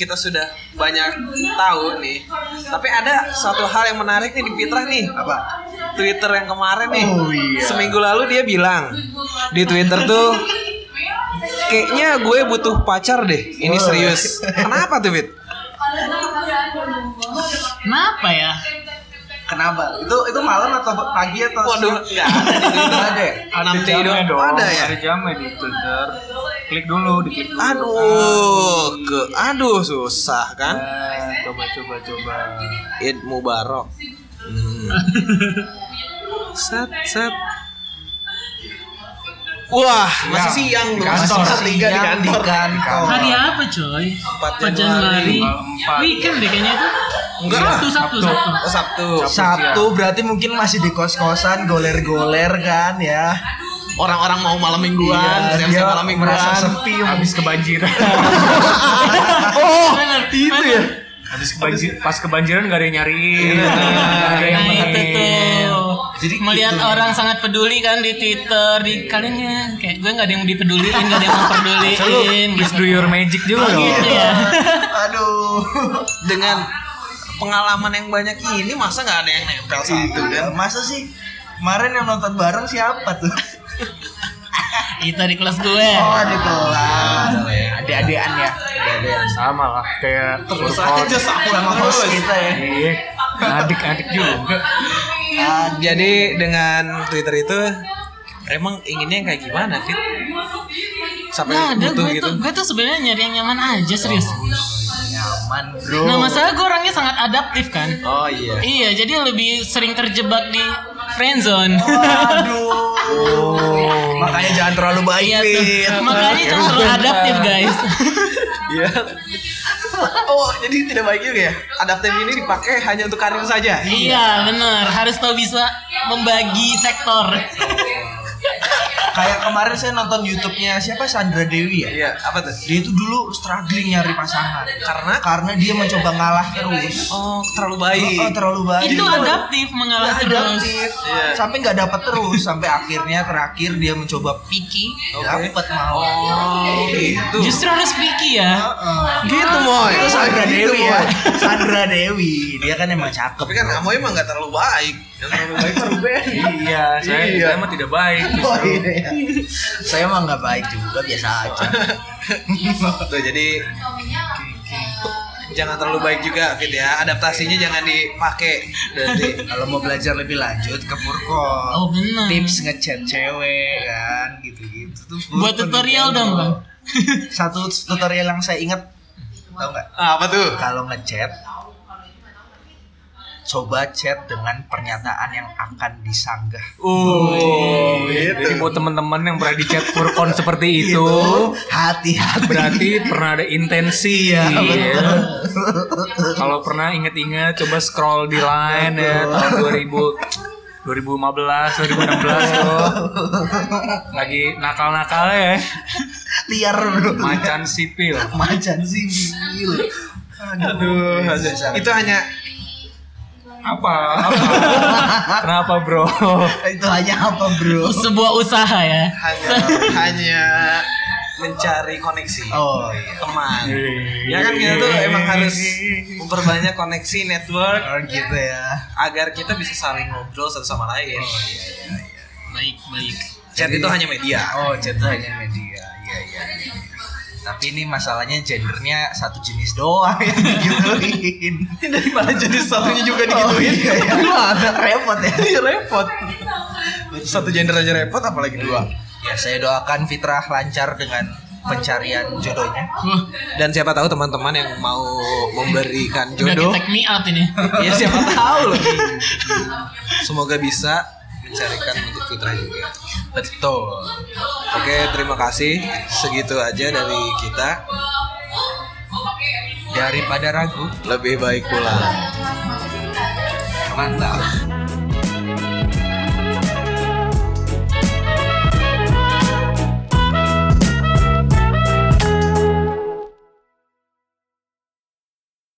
B: kita sudah banyak tahu nih. Tapi ada satu hal yang menarik nih di Fitrah nih.
C: apa
B: Twitter yang kemarin nih.
C: Oh, iya.
B: Seminggu lalu dia bilang di Twitter tuh kayaknya gue butuh pacar deh. Ini
C: Oh.
B: serius. Kenapa tuh Fit?
A: Kenapa ya?
C: Kenapa? Itu itu malam atau pagi atau
B: Waduh,
C: enggak ada. ya?
A: Enam
D: Ada
A: jam.
D: jamnya dong.
E: Ada ya?
D: Ada jamnya di Twitter. Klik dulu, diklik dulu.
B: Aduh, ke aduh susah kan?
D: Nah, coba coba coba.
B: Id Mubarak. Hmm. set set. Wah, masih siang loh. Masih
C: Kantor.
B: sisa Ya, tiga di
C: Siang di
B: kantor.
C: kantor.
A: Hari apa coy?
B: 4
A: 4 Januari.
D: Januari. Empat.
A: Weekend deh kayaknya tuh.
B: Enggak lah.
A: Sabtu, Sabtu,
D: Sabtu.
A: Sabtu.
B: Oh, Sabtu.
C: Sabtu berarti mungkin masih di kos-kosan goler-goler kan ya.
B: Orang-orang mau malam mingguan,
C: Iya,
B: siap-siap
C: dia
B: malam
C: merasa
B: mingguan.
C: sepi habis
D: kebanjiran.
B: Oh,
A: Bener,
B: itu
A: bener.
B: ya.
D: Habis kebanjir, pas kebanjiran gak ada yang
B: Iya.
D: nyariin. Gak ada yang
A: Nah, itu
D: pengen.
A: tuh.
C: Jadi
A: melihat
C: gitu.
A: orang sangat peduli kan di Twitter, di kalian ya kayak gue nggak ada yang dipeduliin, nggak ada yang memperduliin. gitu.
D: Please do your magic juga
A: Oh,
D: dong.
A: gitu ya.
C: Iya. Aduh.
B: Dengan pengalaman yang banyak ini masa nggak ada yang nempel satu kan?
C: Masa sih kemarin yang nonton bareng siapa tuh?
A: Itu Gitu di kelas gue.
C: Oh, ada
B: gitu
C: kelas. Adik-adikan ya. Adik-adikan.
D: Sama lah, kayak
B: Terus
D: workout.
B: aja sahur
C: Sama
B: terus.
C: host kita ya.
D: Iya, adik-adik juga.
B: Ah, Jadi dengan Twitter itu emang inginnya yang kayak gimana Fit? Sampai
A: Nah, ada
B: butuh
A: gue
B: gitu.
A: tuh, gue tuh sebenarnya nyari yang nyaman aja serius.
C: Nyaman, Bro.
A: Nah, masalah gue orangnya sangat adaptif kan.
B: Oh iya.
A: Iya, jadi lebih sering terjebak di friendzone.
C: Oh, Aduh. Makanya jangan terlalu baik,
A: Iya
C: Fit.
A: tuh. Makanya jangan terlalu adaptif, guys.
B: Iya. oh, jadi tidak baik juga ya. Adaptif ini dipakai hanya untuk karir saja.
A: iya, bener. Harus tahu bisa membagi sektor.
C: Nah, Kayak kemarin saya nonton YouTube-nya siapa Sandra Dewi ya?
B: Iya, apa tuh?
C: Dia itu dulu struggling nyari pasangan
B: Karena
C: karena dia mencoba ngalah terus.
B: oh terlalu baik. Iya.
C: Oh, terlalu baik.
A: Itu adaptif mengalah terus.
C: Iya, adaptif. Sampai nggak dapat terus sampai akhirnya terakhir dia mencoba picky dapat mau.
B: Oh, gitu.
A: Justru harus picky ya.
B: gitu, Moy.
C: Itu Sandra
B: Gitu,
C: Dewi ya.
B: Moy.
C: Sandra Dewi. Dia kan emang cakep.
B: Tapi kan Amoy emang gak terlalu baik. Yang terlalu baik baru Ben.
D: Iya, saya,
B: Iya.
D: saya mah tidak baik.
C: Oh, iya. Saya mah nggak baik juga biasa aja.
B: Tuh, jadi jangan terlalu baik juga Fit ya. Adaptasinya jangan dipakai. Berarti
C: Kalau mau belajar lebih lanjut ke Furkon.
A: Oh, bener.
C: Tips ngechat cewek kan gitu-gitu tuh. Furkon
A: Buat tutorial
C: gitu.
A: dong, Bang.
C: Satu tutorial yang saya ingat tau nggak?
B: Ah, apa tuh?
C: Kalau ngechat coba chat dengan pernyataan yang akan disanggah.
D: Oh, Iya. Jadi buat teman-teman yang pernah dicat furkon seperti itu,
C: hati-hati.
D: berarti pernah ada intensi ya.
C: Iya,
B: Iya.
C: betul.
D: Kalau pernah inget-inget, coba scroll di line ya tahun 2000 2015, 2016 tuh lagi nakal-nakal ya,
C: liar bro.
D: macan sipil.
C: Macan sih Bil.
B: Aduh, itu hanya
D: Apa? apa? Kenapa bro?
C: Itu hanya apa bro?
A: Sebuah usaha ya.
B: hanya hanya mencari koneksi
C: Oh iya.
B: teman. Ya kan kita tuh emang harus memperbanyak koneksi network
C: Oh, gitu ya.
B: agar kita bisa saling ngobrol satu sama lain. iya.
A: Baik, baik.
B: Chat itu hanya media.
C: Oh, jatuh hanya media. Iya, iya, iya. Tapi ini masalahnya gendernya satu jenis doang yang digituin.
B: Daripada jenis satunya juga digituin.
C: iya, iya. Lu agak repot ya.
B: repot. Satu gender aja repot apalagi dua.
C: Ya, saya doakan Fitrah lancar dengan pencarian jodohnya.
B: Dan siapa tahu teman-teman yang mau memberikan
A: Udah
B: jodoh,
A: kita take me out ini.
B: ya siapa tahu loh. Semoga bisa mencarikan untuk Fitra juga.
C: Betul.
B: Oke, terima kasih. Segitu aja dari kita.
C: Daripada ragu,
B: Lebih baik pulang.
C: mantap.